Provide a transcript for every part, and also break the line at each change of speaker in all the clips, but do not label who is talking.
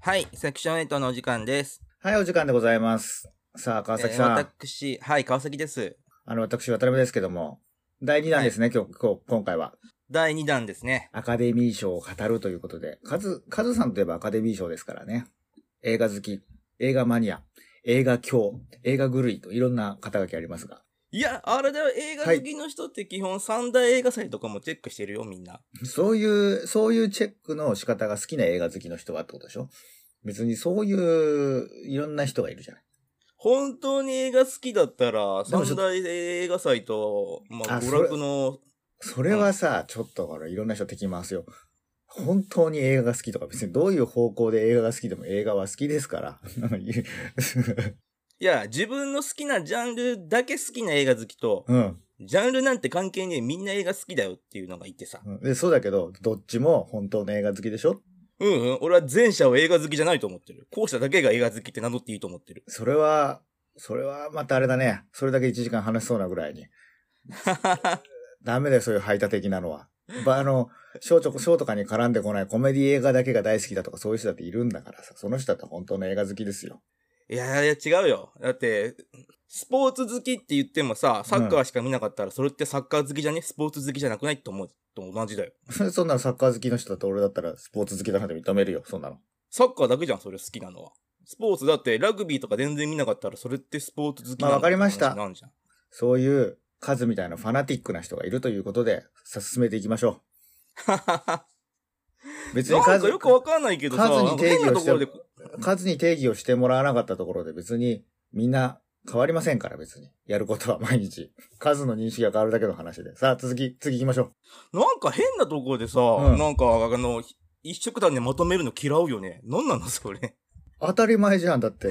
はい、セクション8のお時間です。
はい、お時間でございます。さあ、川崎さん。
えー私、はい、川崎です。
あの、私、渡辺ですけども、第2弾ですね、今日、今日、今回は。
第2弾ですね。
アカデミー賞を語るということで、カズ、カズさんといえばアカデミー賞ですからね。映画好き、映画マニア、映画狂、映画狂いといろんな肩書きありますが。
いや、あれだよ、映画好きの人って基本三大映画祭とかもチェックしてるよ、みんな。
そういう、そういうチェックの仕方が好きな映画好きの人はってことでしょ別にそういう、いろんな人がいるじゃない。
本当に映画好きだったら、
でもちょ
三大映画祭と、まあ、
あ
娯
それ
楽の、
それはさ、ちょっとほら、いろんな人敵回すよ。本当に映画が好きとか、別にどういう方向で映画が好きでも映画は好きですから。
いや、自分の好きなジャンルだけ好きな映画好きと、
うん。
ジャンルなんて関係ねえ、みんな映画好きだよっていうのがいてさ。
で、そうだけど、どっちも本当の映画好きでしょ
うんうん、俺は前者を映画好きじゃないと思ってる。後者だけが映画好きって名乗っていいと思ってる。
それは、それはまたあれだね。それだけ1時間話しそうなぐらいに。ダメだよ、そういう排他的なのは。ばあの、ショーとショーとかに絡んでこないコメディ映画だけが大好きだとかそういう人だっているんだからさ。その人だって本当の映画好きですよ。
いやいや、違うよ。だって、スポーツ好きって言ってもさ、サッカーしか見なかったら、それってサッカー好きじゃねスポーツ好きじゃなくないって思うと同じだよ。
そんなのサッカー好きの人だと俺だったらスポーツ好きだなんて認めるよ、そんなの。
サッカーだけじゃん、それ好きなのは。スポーツだって、ラグビーとか全然見なかったら、それってスポーツ好きな
まあ
の
わかりました
って話なんじゃん。
そういう数みたいなファナティックな人がいるということで、さ、進めていきましょ う。別に
なん
数
か、よくわかんないけどさ、
数に定義をして
なんか変なところで
数に定義をしてもらわなかったところで別にみんな変わりませんから別に。やることは毎日。数の認識が変わるだけの話で。さあ続き、次行きましょ
なんか変なところでさ、
うん
なんか、あの、一色単でまとめるの嫌うよね。なんなのそ れ。
う。当たり前じゃん、だ って。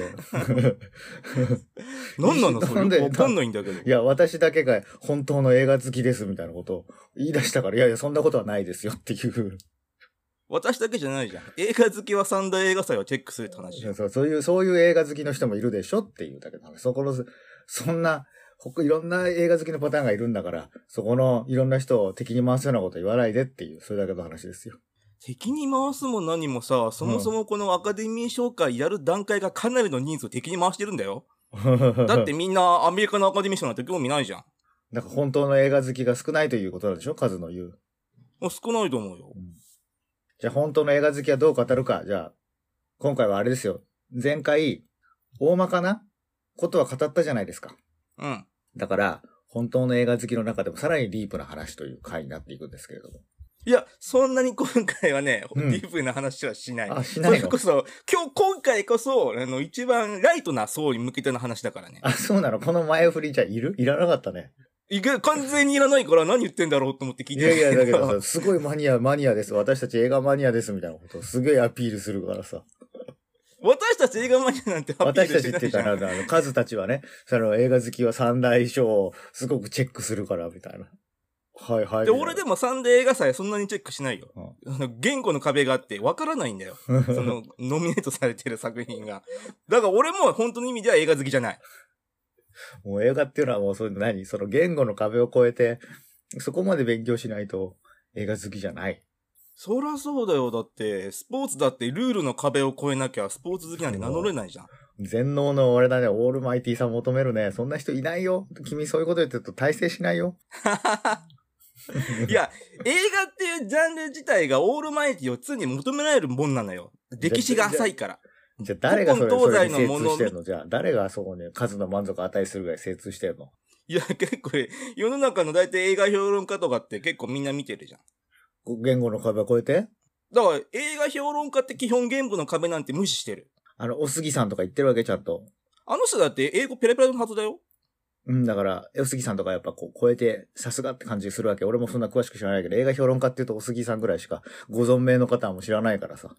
なんなのそれ。
な
よ
んで
くわかんないんだけど。
いや、私だけが本当の映画好きですみたいなことを言い出したから、いやいや、そんなことはないですよっていう。
私だけじゃないじゃん。映画好きは三大映画祭をチェックするって話じゃん。
そうそういう、そういう映画好きの人もいるでしょっていうだけの話。そこの、そんな、ほいろんな映画好きのパターンがいるんだから、そこのいろんな人を敵に回すようなこと言わないでっていう、それだけの話ですよ。
敵に回すも何もさ、そもそもこのアカデミー紹介やる段階がかなりの人数を敵に回してるんだよ。だって、みんなアメリカのアカデミー賞なんて興味ないじゃん。
なんか本当の映画好きが少ないということなんでしょ数の言う。
もう少ないと思うよ。
じゃあ本当の映画好きはどう語るか。じゃあ、今回はあれですよ。前回、大まかなことは語ったじゃないですか。
うん。
だから、本当の映画好きの中でもさらにディープな話という回になっていくんですけれども。
いや、そんなに今回はね、
うん
ディープな話はしない。
あ、しない
それ
の
こそ、今日、今回こそ、あの、一番ライトな層に向けての話だからね。
あ、そうなのこの前振りじゃいるいらなかったね。
いや、完全にいらないから何言ってんだろうと思って聞い
い
て
やいや、
た
だけどさ、すごいマニア、マニアです。私たち映画マニアですみたいなことをすごいアピールするからさ。
私たち映画マニアなんてアピー
私
ル
た
して
ちっ
な
て
い
言っ
じ
た
ゃ
ら、あ
ん。
の、カズたちはね、その映画好きは三大賞をすごくチェックするから、みたいな。はいはい。
で、俺で もサンデー映画祭そんなにチェックしないよ。
も、
あの言語の壁があって、わからないんだ よ。その、ノミネートされてる作品が。だから俺も本当の意味では映画好きじゃない。
もう映画っていうのはもうそういう何その言語の壁を越えて、そこまで勉強しないと映画好きじゃない。
そらそうだよ。だって、スポーツだってルールの壁を越えなきゃ、スポーツ好きなんて名乗れないじゃん。
全能の俺だね、オールマイティーさん求めるね。そんな人いないよ。君そういうこと言ってると大成しないよ。
いや、映画っていうジャンル自体がオールマイティを常に求められるもんなのよ。歴史が浅いから。
じゃあ誰がそれ
古
そ
今
れ
東
に
西の
精
も
通
の
してんのじゃあ誰がそこに数の満足を与えするぐらい精通してんの
いや、結構、世の中の大体映画評論家とかって結構みんな見てるじゃん。
言語の壁を越えて
だから、映画評論家って基本言語の壁なんて無視してる。
あの、おすぎさんとか言ってるわけちゃんと。
あの人だって英語ペラペラのはずだよ。
うん、だから、おすぎさんとかやっぱこう、超えて、さすがって感じするわけ。俺もそんな詳しく知らないけど、映画評論家っていうとおすぎさんぐらいしか、ご存命の方も知らないからさ。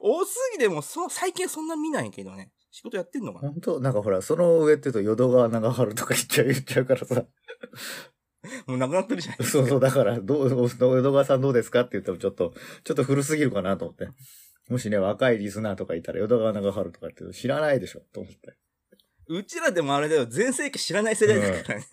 多すぎでも、そ、最近そんな見ないけどね。仕事やってんのかな
本当なんかほら、その上って言うと、淀川長春とか言っちゃう、言っちゃうからさ。
もうなくなってるじゃないですか。
そうそう、だから、どう、淀川さんどうですかって言ってもちょっと、ちょっと古すぎるかなと思って。もしね、若いリスナーとかいたら、淀川長春とかって言うと知らないでしょ、と思って。
うちらでもあれだよ、全盛期知らない世代だからね。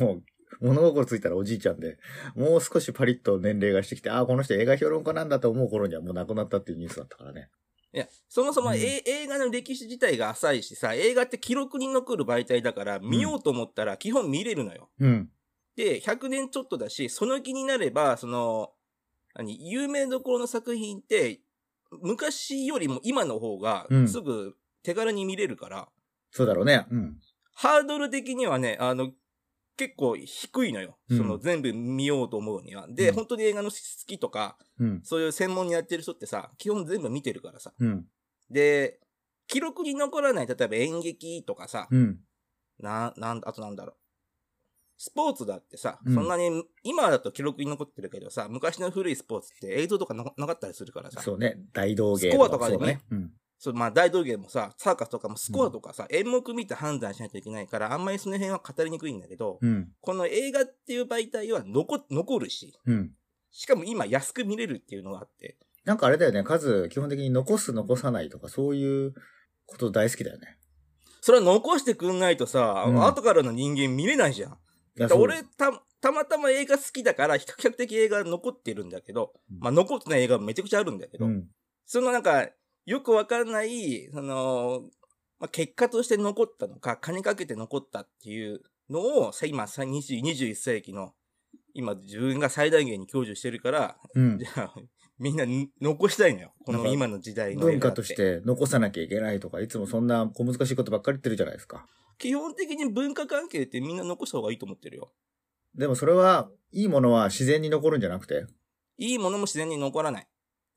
もう、物心ついたらおじいちゃんで、もう少しパリッと年齢がしてきて、ああ、この人映画評論家なんだと思う頃にはもう亡くなったっていうニュースだったからね。
いや、そもそも、
うん
え映画の歴史自体が浅いしさ、映画って記録に残る媒体だから、見ようと思ったら基本見れるのよ。
うん。
で、100年ちょっとだし、その気になれば、その、何、有名どころの作品って、昔よりも今の方が
う、ん
すぐ手軽に見れるから、
そうだろうね。うん。
ハードル的にはね、あの、結構低いのよ。
うん
その全部見ようと思うには。で、
うん
本当に映画の好きとか、
うん。
そういう専門にやってる人ってさ、基本全部見てるからさ。
うん。
で、記録に残らない、例えば演劇とかさ、
うん。
な、なん、あとなんだろう。スポーツだってさ、
うん
そんなに、今だと記録に残ってるけどさ、昔の古いスポーツって映像とかななかったりするからさ、
そうね。大道芸
スコアとかで
そう
ね
ね。うん。
そうまあ大道芸もさ、サーカスとかもスコアとかさ、演目見て判断しないといけないから、あんまりその辺は語りにくいんだけど、
うん。
この映画っていう媒体は残、残るし、
うん。
しかも今安く見れるっていうのがあって、
なんかあれだよね。数、基本的に残す、残さないとか、そういうこと大好きだよね。
それは残してくんないとさ、
うん
後からの人間見れないじゃん。
いや
だ
そう
俺た、たまたま映画好きだから、比較的映画残ってるんだけど、
うん
まあ残ってない映画もめちゃくちゃあるんだけど、
うん。
そのなんか、よくわかんない、その、まあ、結果として残ったのか、金かけて残ったっていうのを、さ今、さ20 21世紀の、今、自分が最大限に享受してるから、
うん
じ。ゃあ、みんなに残したいのよ。こ
な
の
んか
今の時代の
文
映画
化
って
とし。て残さなきゃいけないとか、いつもそんな小難しいことばっかり言ってるじゃないですか。
基本的に文化関係ってみんな残した方がいいと思ってるよ。
でもそれは、いいものは自然に残るんじゃなくて、
いいものも自然に残らない。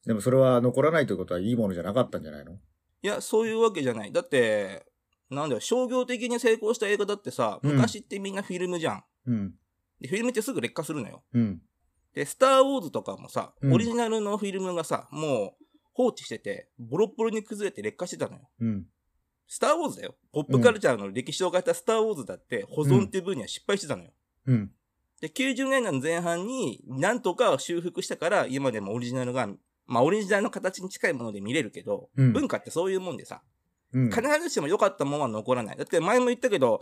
でもそれは残らないということはいいものじゃなかったんじゃないの
いや、そういうわけじゃない。だって、なんだよ、商業的に成功した映画だってさ、
うん
昔ってみんなフィルムじゃん。
うん。
でフィルムってすぐ劣化するのよ。
うん。
で、スター・ウォーズとかもさ、
うん
オリジナルのフィルムがさ、もう放置してて、ボロッボロに崩れて劣化してたのよ。
うん。
スター・ウォーズだよ。ポップカルチャーの歴史を変えたスター・ウォーズだって、保存っていう分には失敗してたのよ。
うん。
で、90年代の前半に、なんとか修復したから、今でもオリジナルが、まあ、オリジナルの形に近いもので見れるけど、
うん
文化ってそういうもんでさ、
うん。
必ずしも良かったものは残らない。だって前も言ったけど、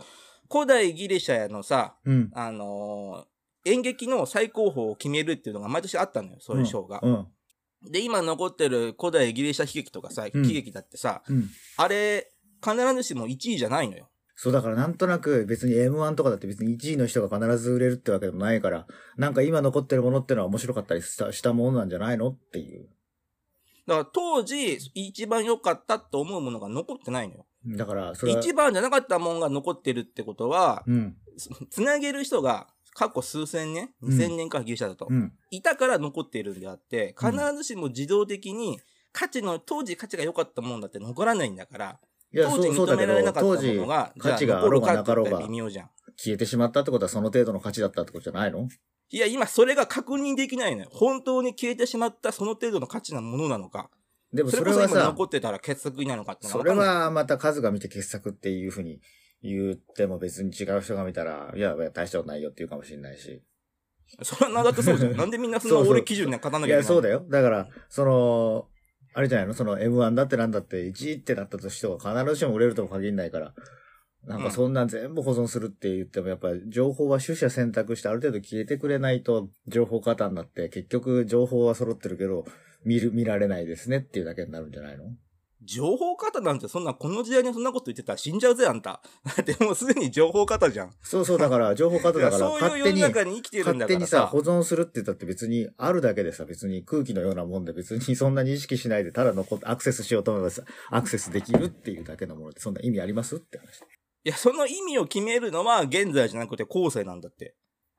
古代ギリシャのさ、
うん。
あのー演劇の最高峰を決めるっていうのが毎年あったのよ、そういう賞が
う。ん。
で、今残ってる古代ギリシャ悲劇とかさ、
うん
喜劇だってさ、
うん。
あれ、必ずしも1位じゃないのよ。
そうだからなんとなく別に M1 とかだって別に1位の人が必ず売れるってわけでもないから、なんか今残ってるものってのは面白かったりしたしたものなんじゃないのっていう。
だから当時、一番良かったと思うものが残ってないのよ。
だから、それは。
一番じゃなかったもんが残ってるってことは、
うん。
つなげる人が過去数千年、
うん
2000年かギリシャだと、
うん。
いたから残っているんであって、
うん
必ずしも自動的に価値の、当時価値が良かったもんだって残らないんだから、
いや、
当
そ
時
う、そうだ
認
け
められなか
ど、
ったも
当時
のが、
価値
じゃあ
が
残
あろ
る
うが
か
な
って
かろ
言った
う
ら
が
微妙じゃん。
消えてしまったってことはその程度の価値だったってことじゃないの
いや、今それが確認できないのよ。本当に消えてしまったその程度の価値なものなのか、
でも
そ
そ
れ
れ
こそ
は
今
さ
残、ってたら傑作になるのかっての
そ
は
れ
分かんない。
はまた数が見て傑作っていうふうに言っても別に違う人が見たら、いや、いや大したことないよっていうかもしれないし。
それはなんだってそうじゃん。なんでみんなそんな俺基準には勝たないきゃいけ
や、
ない
そうだよ。だから、その、あれじゃないのその M1 だってなんだって1位ってなったとしても必ずしも売れるとも限らないから。なんかそんなん全部保存するって言ってもやっぱ情報は取捨選択してある程度消えてくれないと情報過多になって結局情報は揃ってるけど見る、見られないですねっていうだけになるんじゃないの
情報型なんてそんな、この時代にそんなこと言ってたら死んじゃうぜ、あんた。だってもうすでに情報型じゃん。
そうそう、だから情報過多だから
そういう
勝
世
手
の
に
中に生きてるんだ
勝
か
手
ら
にさ、
さ
保。存するって言ったって別にあるだけでさ、別に空気のようなもんで別にそんなに意識しないでただ残っアクセスしようと思えばさ、アクセスできるっていうだけのものってそんな意味ありますって話。
いや、その意味を決めるのは現在じゃなくて後世なんだって。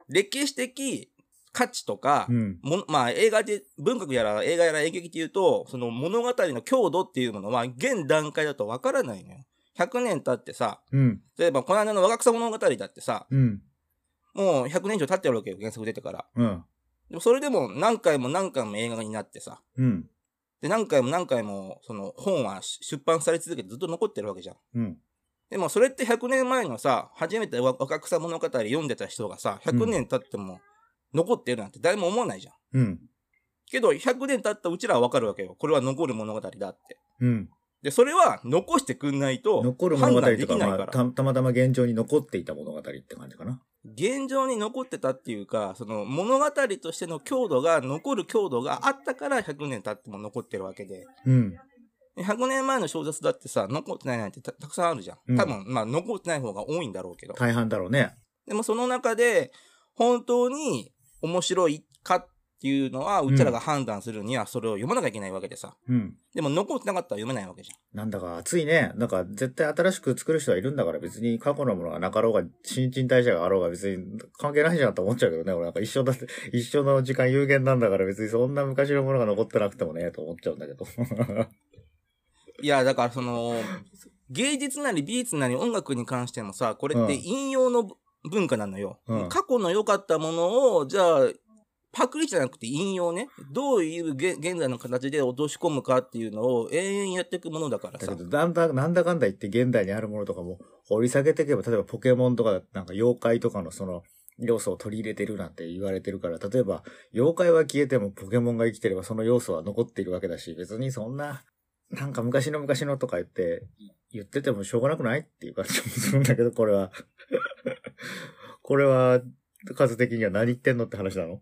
歴史的価値とか、
うん。
もまあ映画で、文学やら映画やら演劇っていうと、その物語の強度っていうものは現段階だとわからないのよ。100年経ってさ、
うん。
例えばこの間の若草物語だってさ、
うん。
もう100年以上経ってるわけよ、原作出てから。
うん。
でもそれでも何回も何回も映画になってさ、
うん。
で、何回も何回も、その、本はし出版され続けてずっと残ってるわけじゃん。
うん。
でも、それって100年前のさ、初めてわ若草物語読んでた人がさ、100年経っても残ってるなんて誰も思わないじゃん。
うん。
けど、100年経ったうちらはわかるわけよ。これは残る物語だって。
うん。
で、それは残してくんないと、
残る
判
物語
断で
と
き
か、
ない
ま
か
あ、
ら。
たたまたま現状に残っていた物語って感じかな。
現状に残ってたっていうか、その物語としての強度が、残る強度があったから100年経っても残ってるわけで。
うん。
100年前の小説だってさ、残ってないなんてたたくさんあるじゃ
うん
ん。多分、まあ、残ってない方が多いんだろうけど。
大半だろうね。
でもその中で、本当に面白いかっていうのは、うちらが判断するにはそれを読まなきゃいけないわけでさ。
うん。
でも残ってなかったら読めないわけじ
なんだか熱いね。なんか絶対新しく作る人はいるんだから別に過去のものがなかろうが、新陳代謝があろうが別に関係ないじゃんと思っちゃうけどね。俺なんか一緒だって、一緒の時間有限なんだから別にそんな昔のものが残ってなくてもね、と思っちゃうんだけど。
ゃん。いや、だからその、芸術なり美術なり音楽に関してもさ、これって
うん
引用の文化なのよ。
うん
過去の良かったものを、じゃあ、パクリじゃなくて引用ね。どういうげ現在の形で落とし込むかっていうのを永遠やっていくものだから
だ
さ
け。ど、だんだん、なんだかんだ言って現代にあるものとかも掘り下げていけば、例えばポケモンとか、なんか妖怪とかのその、要素を取り入れてるなんて言われてるから、例えば、妖怪は消えてもポケモンが生きてればその要素は残っているわけだし、別にそんな、なんか昔の昔のとか言って、言っててもしょうがなくないっていう感じもするんだけど、これは。 これは、数的には何言ってんのって話なの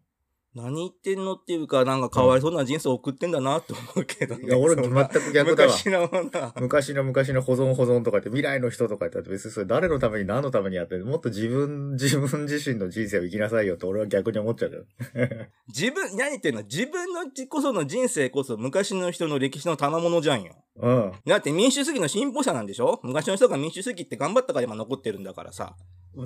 何言ってんのっていうか、なんかかわいそうな人生を送ってんだなと思うけど、ね。
いや、俺
そ
全
んな
く逆だわ。
昔のものは
昔の昔の保存保存とかって未来の人とかって別にそれ誰のために何のためにやってるもっと自分、 自分自身の人生を生きなさいよって俺は逆に思っちゃうけど。
自分、何言ってんの自分のじこその人生こそ昔の人の歴史の賜物じゃんよ。
うん。
だって民主主義の進歩者なんでしょ昔の人が民主主義って頑張ったから今残ってるんだからさ。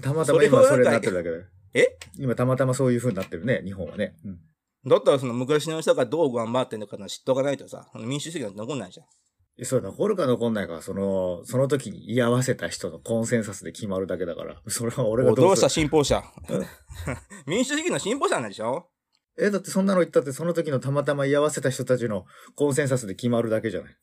たまたま今そ
そ
れ
れは
にな
な
っ
ん
て
か
るだけだよ。
え
今たまたまそういう風になってるね、日本はね。うん。
だったらその昔の人がどう頑張ってんのかの知っとかないとさ、民主主義なんて残んないじゃん。
そうだ、残るか残んないかは、その、その時に居合わせた人のコンセンサスで決まるだけだから、それは俺が
お
ど
ど
う
う
す
し
る
た進歩者
うん。
民主主義の進歩者なんでしょ
え、だってそんなの言ったってその時のたまたま居合わせた人たちのコンセンサスで決まるだけじゃない。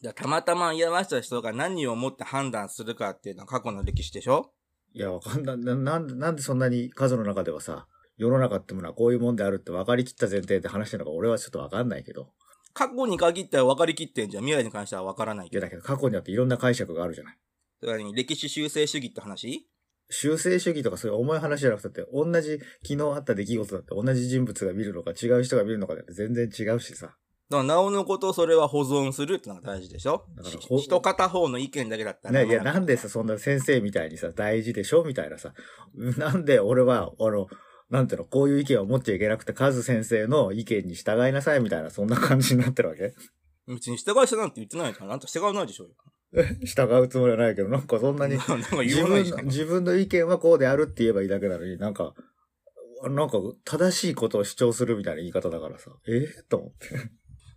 だからたまたま居合わせた人が何をもって判断するかっていうのは過去の歴史でしょ
いや、わかんない。な なんで、なんでそんなに数の中ではさ、世の中ってものはこういうもんであるって分かりきった前提で話してるのか俺はちょっとわかんないけど。
過去に限っては分かりきってんじゃん。未来に関しては分からない
い
け
や、
ど。
だけど過去にだっていろんな解釈があるじゃない。
それは何歴史修正主義って話
修正主義とかそういう重い話じゃなくたって、同じ昨日あった出来事だって同じ人物が見るのか違う人が見るのかだって全然違うしさ。
だからなおのことそれは保存するってのが大事でしょ
だから
ひ
ほ
一片方の意見だけだったら。
ね、いや、なんでさ、そんな先生みたいにさ、大事でしょみたいなさ。なんで俺は、あの、なんていうの、こういう意見を持っちゃいけなくて、カズ先生の意見に従いなさいみたいな、そんな感じになってるわけ
別に従い人なんて言ってないから、あんた従わないでしょうよ。
従うつもりはないけど、なんかそんな に
な、んか
自
言わない
分
じゃ
の、
ん。
自分の意見はこうであるって言えばいいだけなのに、なんか、なんか正しいことを主張するみたいな言い方だからさ、ええと思って。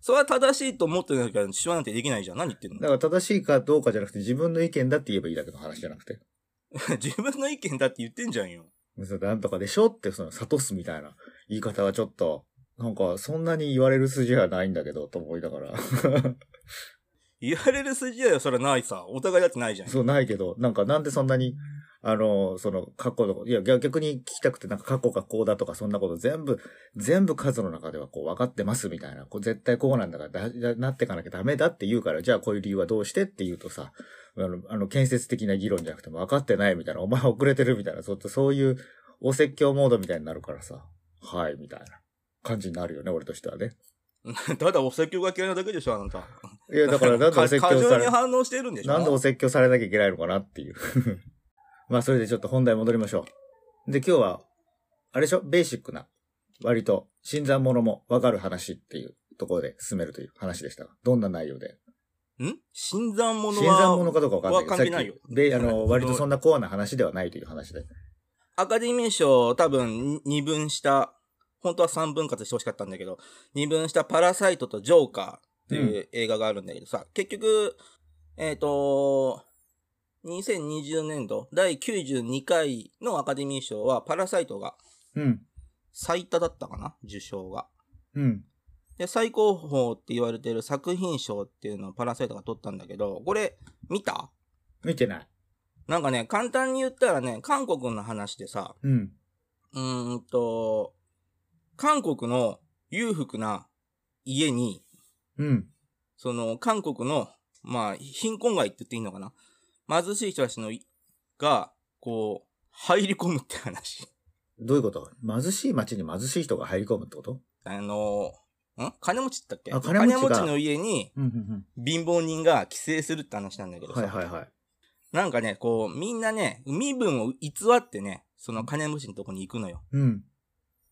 それは正しいと思ってないから、主張なんてできないじゃん。何言ってん
だ
の
から正しいかどうかじゃなくて、自分の意見だって言えばいいだけの話じゃなくて、
自分の意見だって言ってんじゃんよ。
それなんとかでしょって、その、諭すみたいな言い方はちょっと、なんか、そんなに言われる筋はないんだけど、と思いながら。
言われる筋合いはそれはないさ。お互いだってないじゃん。
そう、ないけど、なんか、なんでそんなに、あの、その、過去の、いや、逆逆に聞きたくて、なんか過去がこうだとか、そんなこと全部、全部数の中ではこう分かってますみたいな、こう絶対こうなんだから、だだなってかなきゃダメだって言うから、じゃあこういう理由はどうしてって言うとさ、あの、あの建設的な議論じゃなくても分かってないみたいな、お前遅れてるみたいな、そうそういうお説教モードみたいになるからさ、はい、みたいな感じになるよね、俺としてはね。
ただお説教が嫌いなだけでしょ、あなた。
いや、だから、なんでお説
過
教さ
剰
れ
に反応してるんでしょ
なんでお説教されなきゃいけないのかなっていう。 まあ、それでちょっと本題戻りましょう。で、今日は、あれでしょベーシックな、割と、新参者もわかる話っていうところで進めるという話でしたが。どんな内容で
ん新参者
新
は。
参者かどうかわかんない
は関係ないよ
さっきべあの、割と
そ
そ
の
んなコアな話ではないという話で。
アカデミー賞を多分二分した、本当は三分割してほしかったんだけど、二分したパラサイトとジョーカーっていう映画があるんだけどさ、結局、えっ、と、2020年度第92回のアカデミー賞はパラサイトが
うん。
最多だったかな受賞が。
うん。
で、最高峰って言われてる作品賞っていうのをパラサイトが取ったんだけど、これ見た
見てない。
なんかね、簡単に言ったらね、韓国の話でさ、
うん。
うーんと、韓国の裕福な家に、
うん。
その韓国の、まあ、貧困街って言っていいのかな貧しい人たちのい、が、こう、入り込むって話。
どういうこと貧しい町に貧しい人が入り込むってこと
あの、ん金持ちだったっけ
あ金持ちが
の家に
うんうん
貧乏人が帰省するって話なんだけ
うん。
どさ。
はいはいはい。
なんかね、こう、みんなね、身分を偽ってね、その金持ちのとこに行くのよ。
うん。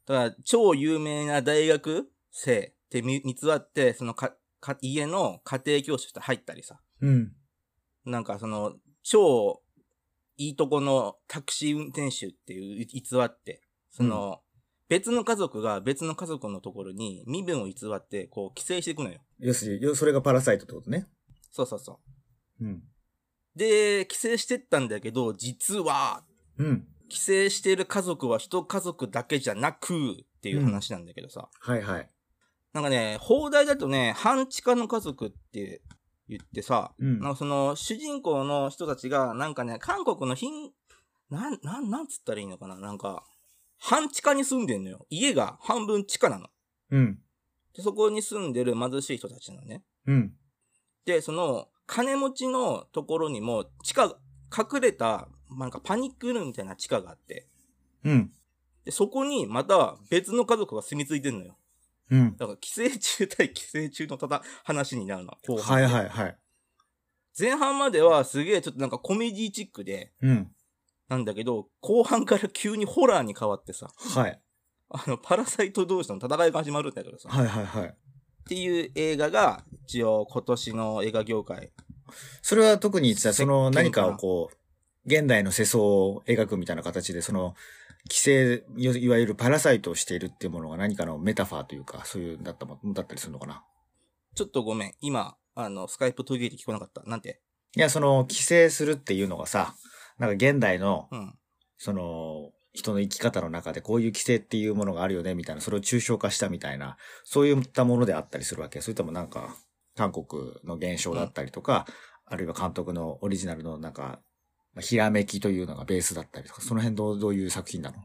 ただから、超有名な大学生ってみ偽って、そのか、か、家の家庭教師として入ったりさ。
うん。
なんかその、超いいとこのタクシー運転手っていう偽って、その、別の家族が別の家族のところに身分を偽って、こう、寄生していくのよ。
要するに、よそれがパラサイトってことね。
そうそうそ
うん。
う。で、寄生してったんだけど、実は、
うん。
帰省している家族は一家族だけじゃなく、っていう話なんだけどさ。
はいはい。
なんかね、放題だとね、半地下の家族って言ってさ、
うん
なんかその、主人公の人たちが、なんかね、韓国の貧、なん、なん、なんつったらいいのかななんか、半地下に住んでんのよ。家が半分地下なの。
うん。
で、そこに住んでる貧しい人たちなのね。
うん。
で、その、金持ちのところにも、地下、隠れた、なんかパニックルームみたいな地下があって、
うん。
で、そこにまた別の家族が住み着いてんのよ。
うん。
だから、寄生虫対寄生虫のただ話になるの。後半
はいはいはい。
前半まではすげえちょっとなんかコメディチックで、
うん。
なんだけど、後半から急にホラーに変わってさ、
はい。
あの、パラサイト同士の戦いが始まるんだけどさ、
はいはいはい。
っていう映画が、一応今年の映画業界。
それは特にさ、
せ
そ
っ
の何
け
か
んか
を
な
こう、現代の世相を描くみたいな形で、その、規制、よいわゆるパラサイトをしているっていうものが何かのメタファーというか、そういう、だったも、だったりするのかな。
ちょっとごめん、今、あの、スカイプ途切れて聞こえなかった。なんて
いや、その、規制するっていうのがさ、なんか現代の、
うん。
その、人の生き方の中でこういう規制っていうものがあるよね、みたいな、それを抽象化したみたいな、そういったものであったりするわけ。それともなんか、韓国の現象だったりとか、あるいは監督のオリジナルのなんか、まあひらめきというのがベースだったりとか、その辺どうどういう作品なの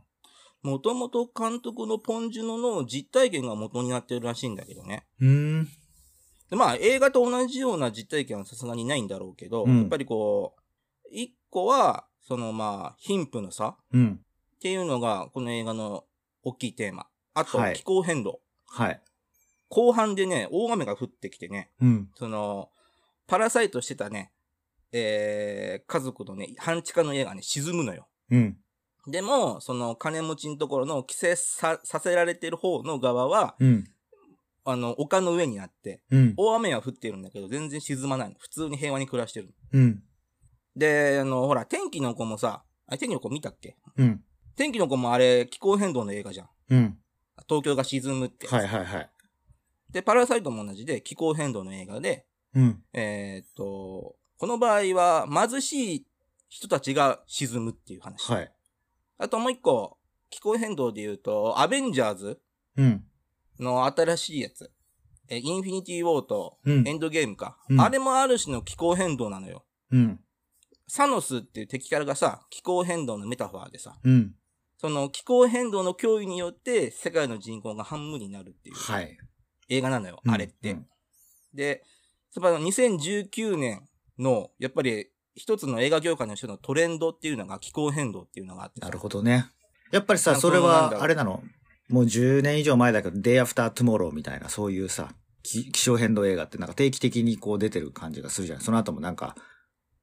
もともと監督のポンジュノの実体験が元になってるらしいんだけどね。
うん。
でまあ、映画と同じような実体験はさすがにないんだろうけど、
うん
やっぱりこう、一個は、そのまあ、貧富の差
うん。
っていうのが、この映画の大きいテーマ。あと、
はい
気候変動。
はい。
後半でね、大雨が降ってきてね、
うん。
その、パラサイトしてたね、えー、家族のね、半地下の家がね、沈むのよ。
うん。
でも、その、金持ちのところの、帰省さ、させられてる方の側は、
うん。
あの、丘の上にあって、
うん。
大雨は降ってるんだけど、全然沈まないの。普通に平和に暮らしてるの。
うん。
で、あの、ほら、天気の子もさ、あれ天気の子見たっけ
うん。
天気の子もあれ、気候変動の映画じゃん。
うん。
東京が沈むって。
はいはいはい。
で、パラサイトも同じで、気候変動の映画で、
うん。
えーっと、この場合は貧しい人たちが沈むっていう話。
はい。
あともう一個、気候変動で言うと、アベンジャーズ
うん。
の新しいやつ。え、インフィニティウォーと
うん
エ。ンドゲームか。
うん
あれもある種の気候変動なのよ。
うん。
サノスっていう敵キャラがさ、気候変動のメタファーでさ、
うん。
その気候変動の脅威によって世界の人口が半分になるっていう
はい。
映画なのよ、あれって。
うん
で、その2019年の、やっぱり一つの映画業界の人のトレンドっていうのが気候変動っていうのがあってさ
なるほどね。やっぱりさ、
なんか
それ
なんだろう
は、あれなのもう10年以上前だけど、Day After Tomorrow みたいな、そういうさ、き気象変動映画ってなんか定期的にこう出てる感じがするじゃないその後もなんか、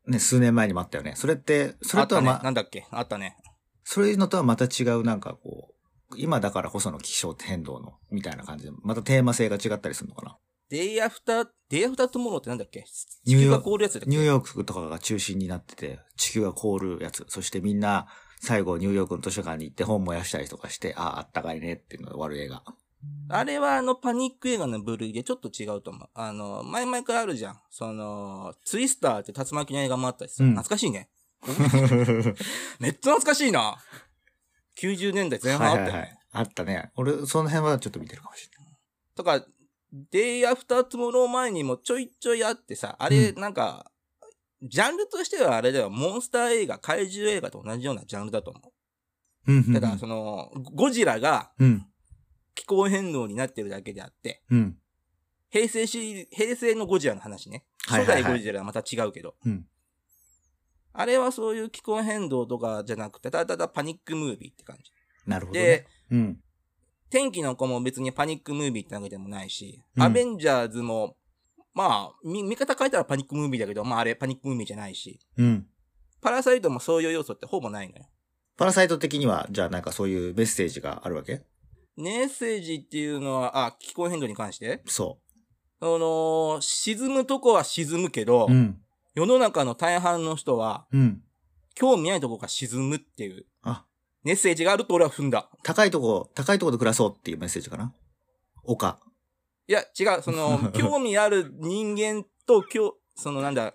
ね、数年前にもあったよね。それって、それと
あった
は
ね。な
ま、
んだっけあったね。
それのとはまた違うなんかこう、今だからこその気象変動の、みたいな感じで、またテーマ性が違ったりするのかな
Day after, day after tomorrow ってなんだっけ
ニュ
地
ーヨー
球が凍るやつだっけ
ニューヨークとかが中心になってて、地球が凍るやつ。そしてみんな、最後ニューヨークの図書館に行って本燃やしたりとかして、ああ、あったかいねっていうので終わる映画。
あれはあのパニック映画の部類でちょっと違うと思う。あの、前々からあるじゃん。その、ツイスターって竜巻の映画もあったしさ、
うん
懐かしいね。 めっちゃ懐かしいな。90年代前半あったよね。
あったね。俺、その辺はちょっと見てるかもしれない。
とか、デイアフタートゥモロー前にもちょいちょいあってさ、あれ、なんか、ジャンルとしてはあれだよ、モンスター映画、怪獣映画と同じようなジャンルだと思
うん
う。ただ、その、ゴジラが
うん、
気候変動になってるだけであって、
うん、
平成し、平成のゴジラの話ね。
はい
初
はいはい
代ゴジラはまた違うけど。
うん
あれはそういう気候変動とかじゃなくて、ただただパニックムービーって感じ。
なるほど、ね。
で、
うん、
天気の子も別にパニックムービーってわけでもないし、
うん
アベンジャーズも、まあ、見、見方変えたらパニックムービーだけど、まああれパニックムービーじゃないし、
うん。
パラサイトもそういう要素ってほぼないのよ。
パラサイト的には、じゃあなんかそういうメッセージがあるわけ
メッセージっていうのは、あ、気候変動に関して
そ
あのー沈むとこは沈むけど、
う。うん。
世の中の大半の人は、
うん。
興味ないとこが沈むっていう、
あ、
メッセージがあると俺は踏んだ。
高いとこ、高いとこで暮らそうっていうメッセージかな丘。
いや、違う、そ の、興味ある人間と、きょそのなんだ、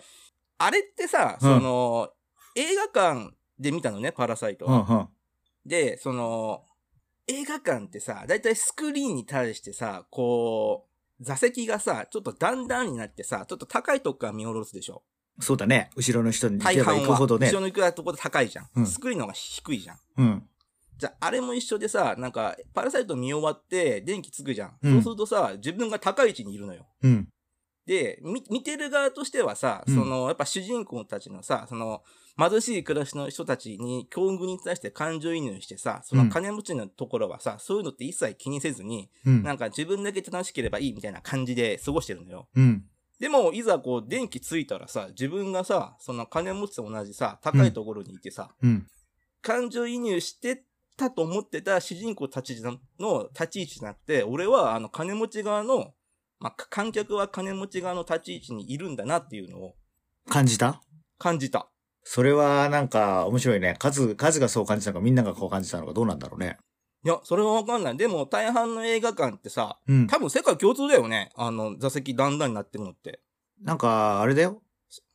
あれってさ、
うん
その、映画館で見たのね、パラサイト。
うんうん。
で、その、映画館ってさ、だいたいスクリーンに対してさ、こう、座席がさ、ちょっと段々になってさ、ちょっと高いとこから見下ろすでしょ。
そうだね。後ろの人に行
大
けば
半
行く
は。
ほどね
後。ろの行くところ高いじゃん,、
うん
スクリーンの方が低いじゃん。
うん。
じゃあ、あれも一緒でさ、なんか、パラサイト見終わって、電気つくじゃん。
うん
そうするとさ、自分が高い位置にいるのよ。
うん。
で、み見てる側としてはさ、
うん
その、やっぱ主人公たちのさ、その、貧しい暮らしの人たちに、境遇に対して感情移入してさ、その金持ちのところはさ、そういうのって一切気にせずに、
うん
なんか自分だけ楽しければいいみたいな感じで過ごしてるのよ。
うん。
でも、いざこう、電気ついたらさ、自分がさ、その金持ちと同じさ、高いところにいてさ、
うん。
感情移入してたと思ってた主人公たちのの立ち位置じゃなくて、俺はあの金持ち側の、まあ、か観客は金持ち側の立ち位置にいるんだなっていうのを
感じた
感じた。
それはなんか面白いね。数、数がそう感じたのか、みんながこう感じたのか、どうなんだろうね。
いや、それはわかんない。でも、大半の映画館ってさ、
うん。
多分世界共通だよね。あの、座席だんだんになってるのって。
なんか、あれだよ。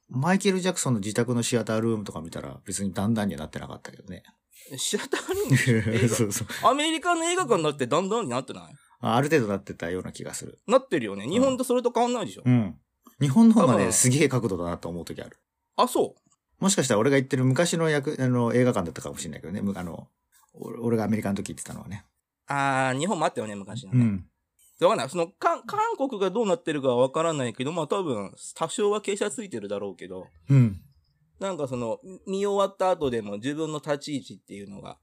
マイケル・ジャクソンの自宅のシアタールームとか見たら別にだんだんにはなってなかったけどね。
シアター ルームでしょ
そ
映
うそう。
画アメリカの映画館だってだんだんになってない
あある程度なってたような気がする。
なってるよね。日本とそれと変わんないでしょ。
うん。日本の方が
多
ね、
分
すげえ角度だなと思う時ある。
あ、そ
もしかしたら俺が言ってる昔の役、あの、映画館だったかもしれないけどね。むあの、俺俺がアメリカの時言ってたのはね。
う。あー、日本もあったよね、昔の
う
ね。
ん。
わかんない。その、韓韓国がどうなってるかはわからないけど、まあ多分、多少は傾斜ついてるだろうけど、
うん。
なんかその、見終わった後でも自分の立ち位置っていうのが、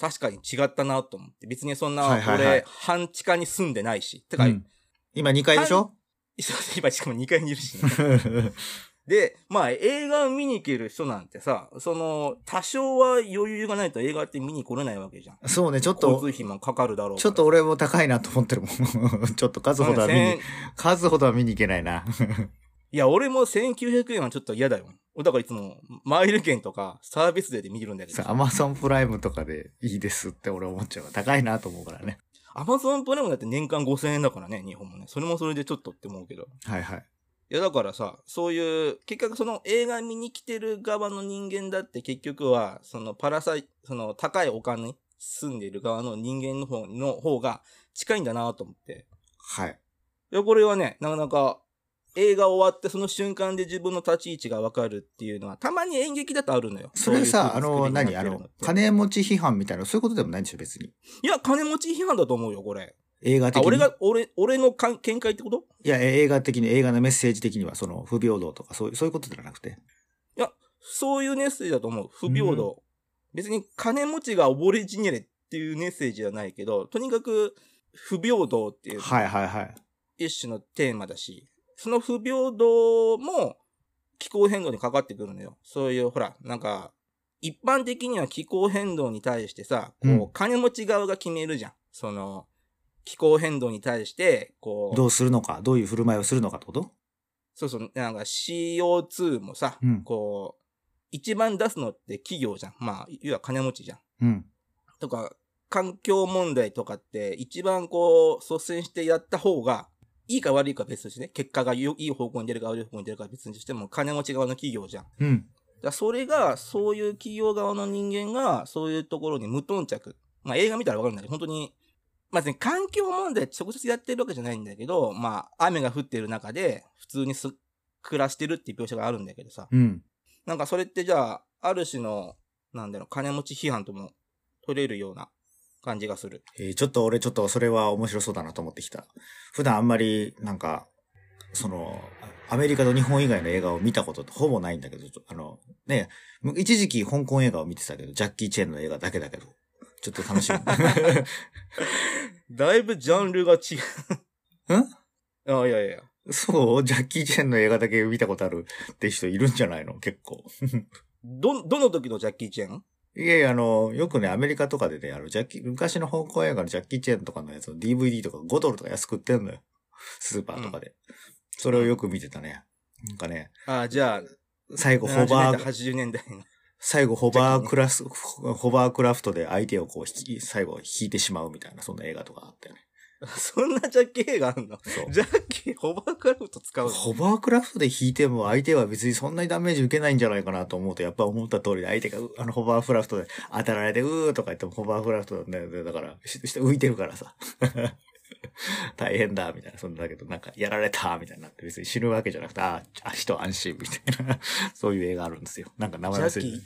確かに違ったなと思って。別にそんな、
はいはいはい
俺、半地下に住んでないし。てか、
うん今2階でしょ
今しかも2階にいるしね、で、まあ映画を見に行ける人なんてさ、その、多少は余裕がないと映画って見に来れないわけじゃん。
そうね、ちょっと
交通費もかかるだろうから
ちょっと、俺も高いなと思ってるもん。 ちょっと数ほどは見
せん
に、数ほどは見に行けないな。
いや、俺も1900円はちょっと嫌だよ。だからいつも、マイル券とか、サービスデーで見るんだけど
さ、。アマゾンプライムとかでいいですって俺思っちゃうわ。高いなと思うからね。
アマゾンプライムだって年間5000円だからね、日本もね。それもそれでちょっとって思うけど。
はいはい。
いや、だからさ、そういう、結局その映画見に来てる側の人間だって結局は、そのパラサイ、その高いお金に住んでいる側の人間の方の方が近いんだなと思って。
はい。
いや、これはね、なかなか、映画終わってその瞬間で自分の立ち位置がわかるっていうのは、たまに演劇だとあるのよ。
それさ、あ
そういう作
の、
りになって
何あ
る
の
って、
金持ち批判みたいな、そういうことでもないんでしょ、別に。
いや、金持ち批判だと思うよ、これ。
映画的
あ、
に。
俺が、俺、俺のかん見解ってこと
いや、え映画的に、映画のメッセージ的には、その、不平等とか、そういう、そういうことではなくて。
そういうメッセージだと思う。不平等。別に金持ちが溺れ死ねれっていうメッセージじゃないけど、とにかく不平等っていう
はいはいはい。
一種のテーマだし、その不平等も気候変動にかかってくるのよ。そういう、ほら、なんか、一般的には気候変動に対してさ、こう、
うん
金持ち側が決めるじゃん。その、気候変動に対して、こう、
どうするのか、どういう振る舞いをするのかってこと
そうそう、なんか CO2 もさ、
うん
こう、一番出すのって企業じゃん。まあ、要は金持ちじゃん。
うん。
とか、環境問題とかって一番こう、率先してやった方が、いいか悪いかは別としてね、結果がよいい方向に出るか悪い方向に出るかは別にしても、金持ち側の企業じゃん。だか
うん。
らそれが、そういう企業側の人間が、そういうところに無頓着。まあ映画見たらわかるんだけど、本当に、まあ、ね、環境問題直接やってるわけじゃないんだけど、まあ雨が降ってる中で、普通にす暮らしてるっていう描写があるんだけどさ。
うん。
なんかそれってじゃあ、ある種の、なんだろう、金持ち批判とも取れるような感じがする。
えーちょっと俺ちょっとそれは面白そうだなと思ってきた。普段あんまりなんか、その、アメリカと日本以外の映画を見たことってほぼないんだけど、ちょあの、ね、む一時期香港映画を見てたけど、ジャッキー・チェンの映画だけだけど、ちょっと楽しみ。
だいぶジャン ルが違う。
ん
あ、いやいやいや。
そうジャッキー・チェンの映画だけ見たことあるって人いるんじゃないの結構。
ど、どの時のジャッキー・チェン
いやいや、あの、よくね、アメリカとかでね、あの、ジャッキー、昔の香港映画のジャッキー・チェンとかのやつの DVD とか5ドルとか安く売ってんのよ。スーパーとかで。それをよく見てたね。なんかね、
あ、じゃあ、
最後ホ
70
バ
年代、
ー、
80年代の。
最後ホバークラス、ホバークラフトで相手をこう引き、最後引いてしまうみたいな、そんな映画とかあったよね。
そんなジャッキー映画あん の
そう。
ジャッキー、ホバークラフト使うの
ホバークラフトで引いても相手は別にそんなにダメージ受けないんじゃないかなと思うと、やっぱ思った通りで相手がうあのホバークラフトで当たられてうーとか言ってもホバークラフトだ,、ね、だからしし浮いてるからさ。大変だ、みたいな。そんだけど、なんか、やられた、みたいになって、別に死ぬわけじゃなくて、あーあ、人安心、みたいな。そういう映画あるんですよ。なんか名前忘れて
ジャッキー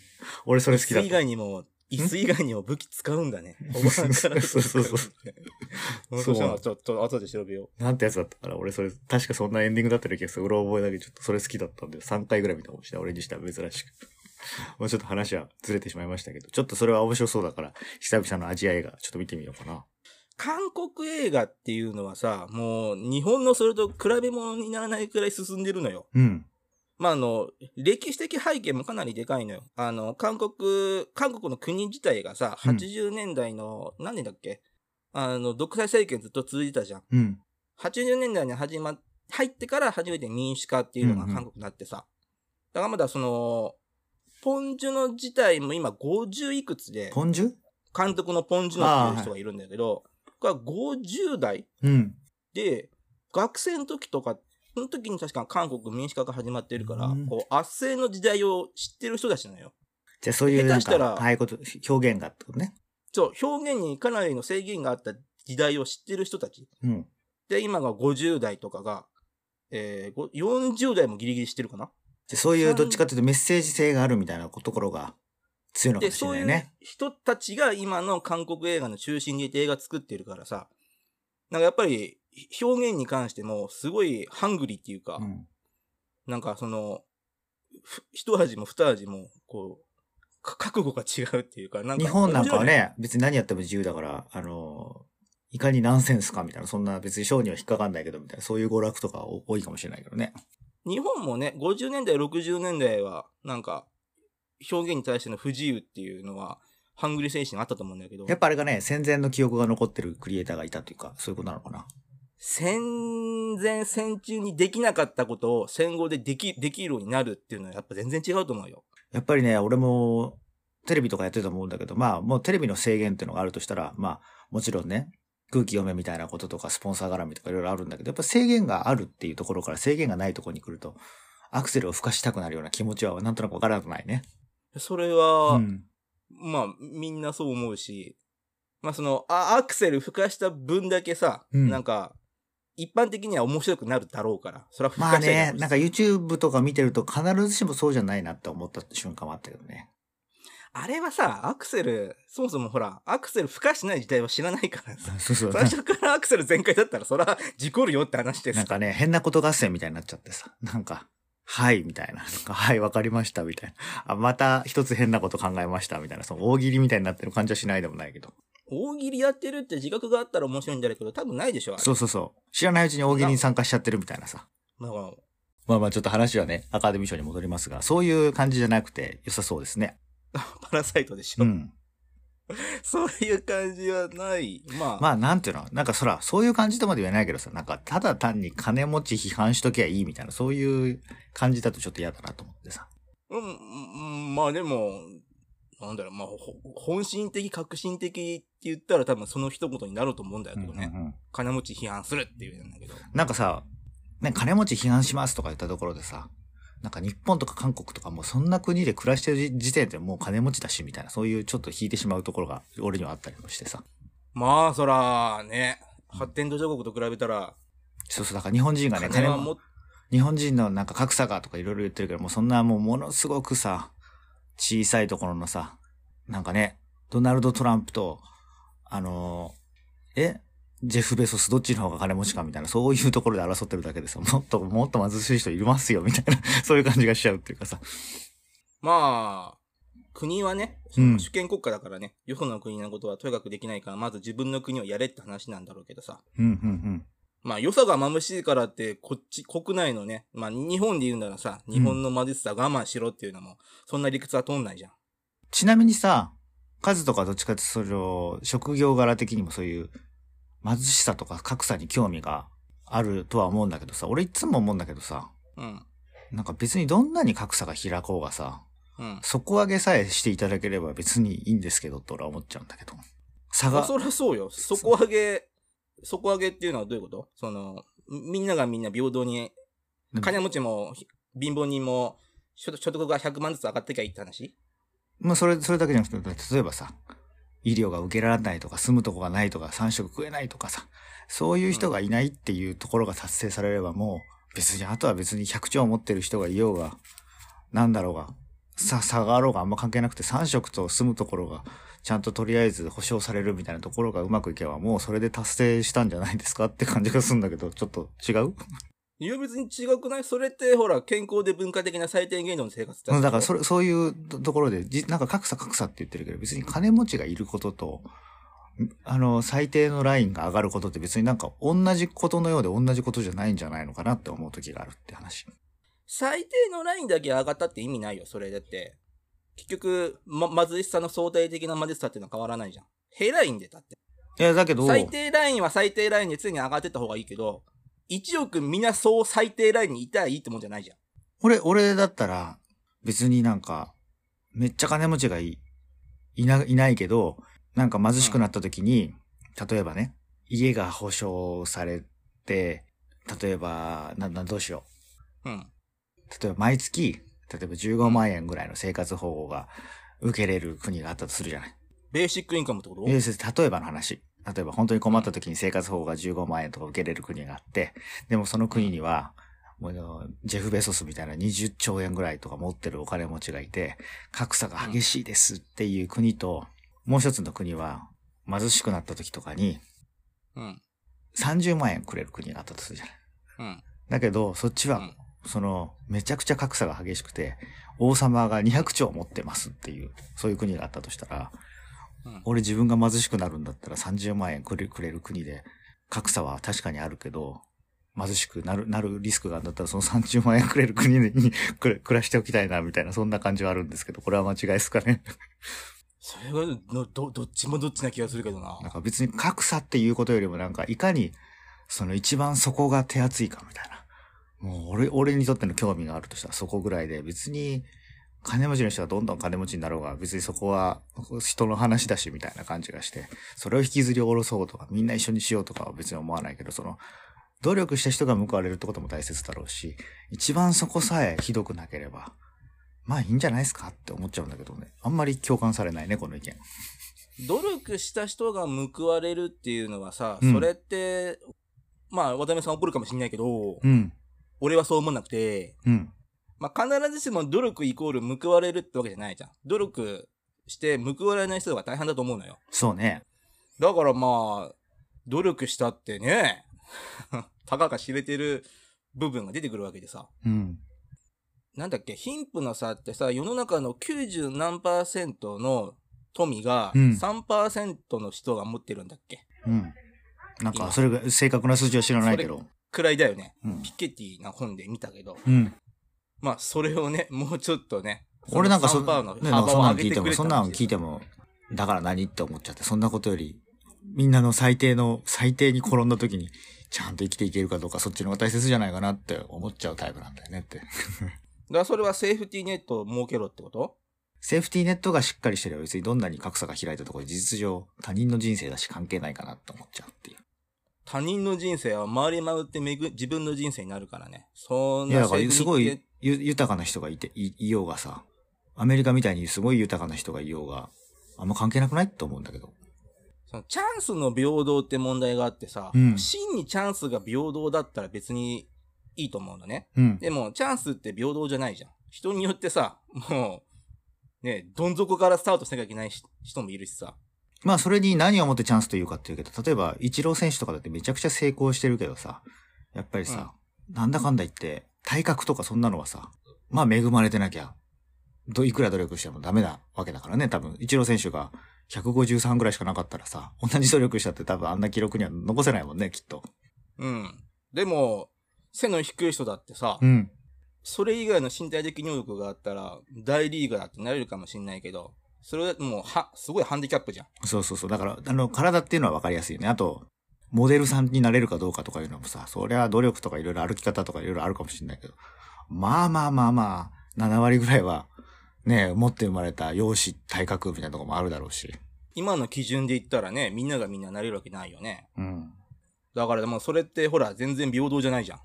俺それ
椅
好きだ
子
っ
以
た。
外にも、椅子以外にも武器使うんだ ね。ホバークラフト使うんだね。
そうそう
本当そうな
そ
の
う
ちょっと後で調べよ
なんてやつだったから、俺それ、確かそんなエンディングだったような気がする。うろ覚えだけどちょっとそれ好きだったんで、3回ぐらい見たかもしれない。俺にしては 珍しく。まあちょっと話はずれてしまいましたけど、ちょっとそれは面白そうだから、久々のアジア映画、ちょっと見てみようかな。
う。韓国映画っていうのはさ、もう日本のそれと比べ物にならないくらい進んでるのよ。
うん。
まあ、あの、歴史的背景もかなりでかいのよ。あの、韓国、韓国の国自体がさ、
うん
80年代の、何年だっけあの、独裁政権ずっと続いてたじゃん。
うん。
80年代に始ま、入ってから初めて民主化っていうのが
うんうん
韓国になってさ。だからまだその、ポンジュの自体も今50いくつで、
ポンジュ
監督のポンジュノっていう人がいるんだけど、これは50代
うん。
で、学生の時とか、その時に確か韓国民主化が始まってるから、
うん
こう、圧政の時代を知ってる人たちなのよ。
じゃあそういう
下
なん
手したら
か、ああいうこと、表現があってことね。
そう、表現にかなりの制限があった時代を知ってる人たち。
うん。
で、今が50代とかが、えーご、40代もギリギリ知ってるかな
じゃあそういうどっちかというとメッセージ性があるみたいなところが強いのか
で、
もしれ
そう
ない
いう
ね。
人たちが今の韓国映画の中心にいて映画作ってるからさ、なんかやっぱり表現に関してもすごいハングリーっていうか、
うん。
なんかその、ふ一味も二味も、こう、か覚悟が違うっていうか、なんか。
日本なんかはね、別に何やっても自由だから、あの、いかにナンセンスかみたいな、そんな別にショーには引っかかんないけど、みたいな、そういう娯楽とかお多いかもしれないけど
面
ね。
白いね。日本もね、50年代、60年代は、なんか、表現に対しての不自由っていうのは、ハングリー精神があったと思うんだけど、
やっぱあれがね、戦前の記憶が残ってるクリエイターがいたというか、そういうことなのかな。
戦前、戦中にできなかったことを戦後ででき、できるようになるっていうのはやっぱ全然違うと思うよ。
やっぱりね、俺も、テレビとかやってたと思うんだけど、まあ、もうテレビの制限っていうのがあるとしたら、まあ、もちろんね、空気読めみたいなこととか、スポンサー絡みとかいろいろあるんだけど、やっぱ制限があるっていうところから制限がないところに来ると、アクセルを吹かしたくなるような気持ちはなんとなくわからなくないね。
それは、
うん
まあ、みんなそう思うし、まあその、あアクセル吹かした分だけさ、
うん
なんか、一般的には面白くなるだろうから、それは吹
まあ
かしたい
ね、
と思うし
なんか YouTube とか見てると必ずしもそうじゃないなって思った瞬間もあったけどね。
あれはさ、アクセル、そもそもほら、アクセル吹かしてない時代は知らないから さ、
そうそう。
最初からアクセル全開だったら、そら、事故るよって話で
な
す
ん。かね、変なこと合戦みたいになっちゃってさ、なんか、はい、みたいな。なんかはい、わかりました、みたいな。あ、また一つ変なこと考えました、みたいな。その大喜利みたいになってる感じはしないでもないけど。
大喜利やってるって自覚があったら面白いんだろうけど、多分ないでしょ、あれ
そうそうそう。知らないうちに大喜利に参加しちゃってるみたいなさ。
だから
まあまあちょっと話はね、アカデミー賞に戻りますが、そういう感じじゃなくて良さそうですね。
パラサイトでしょ。
うん。
そういう感じはない。まあ、
まあなんていうのなんかそら、そういう感じとまでは言えないけどさ、なんかただ単に金持ち批判しときゃいいみたいな、そういう感じだとちょっと嫌だなと思ってさ。
うんうん、まあでも、なんだろう、まあ、ほ本心的、革新的って言ったら多分その一言になると思うんだけどね。
うんうん
金持ち批判するっていうんだけど。
なんかさ、ね、金持ち批判しますとか言ったところでさ、なんか日本とか韓国とかもうそんな国で暮らしてる時時点でもう金持ちだしみたいな、そういうちょっと引いてしまうところが俺にはあったりもしてさ。
まあ、そら、ね、発展途上国と比べたら、
そうそう、だから日本人がね、
金は
金
も
も
っ、
日本人のなんか格差がとかいろいろ言ってるけど、もうそんなもうものすごくさ、小さいところのさ、なんかね、ドナルド・トランプと、あのーえジェフ・ベソスどっちの方が金持ちかみたいな、そういうところで争ってるだけでさ、もっと、もっ と貧しい人いますよみたいな、そういう感じがしちゃうっていうかさ。
まあ、国はね、
うん
主権国家だからね、よその国のことはとにかくできないから、まず自分の国をやれって話なんだろうけどさ。
うん、うん、
まあ、良さがまむしいからって、こっち、国内のね、まあ、日本で言うならさ、日本の貧しさ我慢しろっていうのも、そんな理屈は通んないじゃん。
ちなみにさ、カズとかどっちかってそれを、職業柄的にもそういう、貧しさとか格差に興味があるとは思うんだけどさ、俺いつも思うんだけどさ、
うん。
なんか別にどんなに格差が開こうがさ、
うん。
底上げさえしていただければ別にいいんですけど、と俺は思っちゃうんだけど。差
まあ
が、
そりゃそうよ。底上げ、底上げっていうのはどういうことその、みんながみんな平等に、
うん
金持ちもひ貧乏人も、所所得が100万ずつ上がってきゃいいって話
まあそれ、それだけじゃなくて、例えばさ、医療が受けられないとか、住むとこがないとか、3食食えないとかさ、そういう人がいないっていうところが達成されればもう、別に、あとは別に100兆持ってる人がいようが、なんだろうが、さ、差があろうがあんま関係なくて、3食と住むところが、ちゃんととりあえず保障されるみたいなところがうまくいけば、もうそれで達成したんじゃないですかって感じがするんだけど、ちょっと違う
いや別に違くないそれってほら、健康で文化的な最低限度の生活って
うんだからそ
れ。
れ、そういうとところで、じなんか格差格差って言ってるけど、別に金持ちがいることと、んあの、最低のラインが上がることって別になんか同じことのようで同じことじゃないんじゃないのかなって思う時があるって話。
最低のラインだけ上がったって意味ないよ、それだって。結局、ま、貧しさの相対的な貧しさっていうのは変わらないじゃん。ヘラインでだって。
いや、だけど、
最低ラインは最低ラインで常に上がってった方がいいけど、1億みんなそう最低ラインにいたらいいってもんじゃないじゃん。
俺、俺だったら、別になんか、めっちゃ金持ちがい、いな、いないけど、なんか貧しくなった時に、例えばね、家が保証されて、例えば、な、な、どうしよう。
うん。
例えば毎月、例えば15万円ぐらいの生活保護が受けれる国があったとするじゃない。
ベーシックインカムってこと
要するに例えばの話。例えば本当に困った時に生活保護が15万円とか受けれる国があって、でもその国には、もうあのジェフ・ベソスみたいな20兆円ぐらいとか持ってるお金持ちがいて、格差が激しいですっていう国と、もう一つの国は、貧しくなった時とかに
うん。
30万円くれる国があったとするじゃない。
うん。
だけど、そっちは
うん
その、めちゃくちゃ格差が激しくて、王様が200兆持ってますっていう、そういう国があったとしたら、
うん
俺自分が貧しくなるんだったら30万円くれくれる国で、格差は確かにあるけど、貧しくなる、なるリスクがあるんだったら、その30万円くれる国に暮ら暮らしておきたいな、みたいな、そんな感じはあるんですけど、これは間違いですかね。
それはど、ど、どっちもどっちな気がするけどな。
なんか別に格差っていうことよりもなんかいかにその一番底が手厚いかみたいな。もう俺、俺にとっての興味があるとしたらそこぐらいで別に金持ちの人はどんどん金持ちになろうが別にそこは人の話だしみたいな感じがして、それを引きずり下ろそうとかみんな一緒にしようとかは別に思わないけど、その努力した人が報われるってことも大切だろうし、一番そこさえひどくなければ、まあいいんじゃないですかって思っちゃうんだけどね。あんまり共感されないね、この意見。
努力した人が報われるっていうのはさ、
うん
それって、まあ、渡辺さん怒るかもしれないけど、
うん。
俺はそう思わなくて、
うん。
まあ、必ずしも努力イコール報われるってわけじゃないじゃん。努力して報われない人が大変だと思うのよ。
そうね。
だからまあ、努力したってね、 たかが知れてる部分が出てくるわけでさ。
うん。
なんだっけ、貧富の差ってさ、世の中の90何パーセントの富が
うん
3%の人が持ってるんだっけ、
うん。なん
今
か、それが、正確な数字は知らないけど。
くらいだよね。
うん。
ピケティな本で見たけど。
うん。
まあ、それをね、 もうちょっとね。
俺なんか
そ
そ、ね、
の3%の
そんな
幅を上
の
げ
聞い
て
て
く
も、
れ
そ
た
んなの聞いても、だから何って思っちゃって、そんなことより、みんなの最低の、最低に転んだ時に、ちゃんと生きていけるかどうか、そっちの方が大切じゃないかなって思っちゃうタイプなんだよねって。
だからそれはセーフティーネットを設けろってこと
セーフティーネットがしっかりしてれば別にどんなに格差が開いたところで事実上他人の人生だし関係ないかなって思っちゃうっていう。
他人の人生は回り回ってめぐ自分の人生になるからね。そん
いや、
な
だから
セーフテ
す
ィー
ご
ネッ
いゆ豊かな人がいてい、いようがさ、アメリカみたいにすごい豊かな人がいようが、あんま関係なくないと思うんだけど。
そのチャンスの平等って問題があってさ、
うん
真にチャンスが平等だったら別にいいと思うのね。
うん。
でも、チャンスって平等じゃないじゃん。人によってさ、もう、ね、どん底からスタートしなきゃいけないし人もいるしさ。
まあそれに何をもってチャンスというかっていうけど、例えばイチロー選手とかだってめちゃくちゃ成功してるけどさ、やっぱりさ、なんだかんだ言って、体格とかそんなのはさ、まあ恵まれてなきゃど、いくら努力してもダメなわけだからね、多分。イチロー選手が153ぐらいしかなかったらさ、同じ努力したって多分あんな記録には残せないもんね、きっと。
うん。でも、背の低い人だってさ、
うん。
それ以外の身体的能力があったら、大リーガーってなれるかもしんないけど、それはもう、は、すごいハンディキャップじゃん。
そうそうそう。だから、あの、体っていうのは分かりやすいよね。あと、モデルさんになれるかどうかとかいうのもさ、そりゃ努力とかいろいろ歩き方とかいろいろあるかもしれないけど、まあまあまあまあ、7割ぐらいは、ね、持って生まれた容姿、体格みたいなとこもあるだろうし。
今の基準で言ったらね、みんながみんななれるわけないよね。
うん。
だからでもそれってほら、全然平等じゃないじゃん。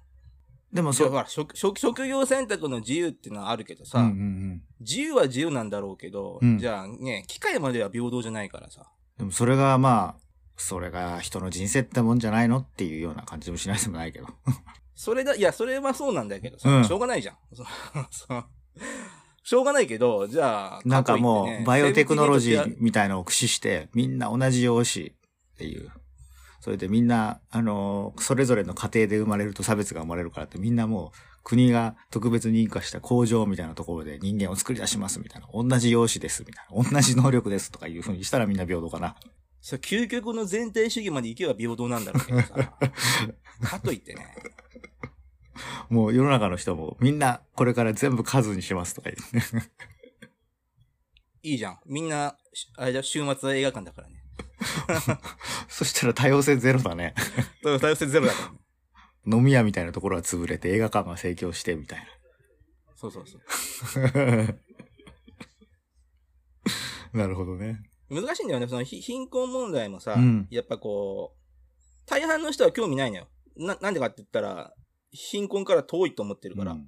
でも
そ、
そうう。
ほら、職、職職業選択の自由っていうのはあるけどさ、
うんうんうん。
自由は自由なんだろうけど、
うん
じゃあね、機械までは平等じゃないからさ。
でもそれがまあ、それが人の人生ってもんじゃないのっていうような感じもしないでもないけど。
それだ、いや、それはそうなんだけどさ、
うん
しょうがないじゃん。 そそうしょうがないけど、じゃあ、
なんかも
といって
う、
ね
バイオテクノロジ
生物
ー
的
みたいのを駆使して、みんな同じ容姿っていう。それでみんな、あのー、それぞれの家庭で生まれると差別が生まれるからって、みんなもう、国が特別認可した工場みたいなところで人間を作り出しますみたいな。同じ容姿ですみたいな。同じ能力ですとかいうふうにしたらみんな平等かな。
それ究極の全体主義まで行けば平等なんだろうけ どさ。かといってね。
もう世の中の人もみんなこれから全部数にしますとか言ってね。
いいじゃん。みんな、しあれじゃ、週末は映画館だからね。
そしたら多様性ゼロだね。
多様性ゼロだからね。
飲み屋みたいなところは潰れて映画館が盛況してみたいな。
そうそうそう。
なるほどね。
難しいんだよね。そのひ貧困問題もさ、
うん
やっぱこう、大半の人は興味ないのよ。な、なんでかって言ったら、貧困から遠いと思ってるから。
うん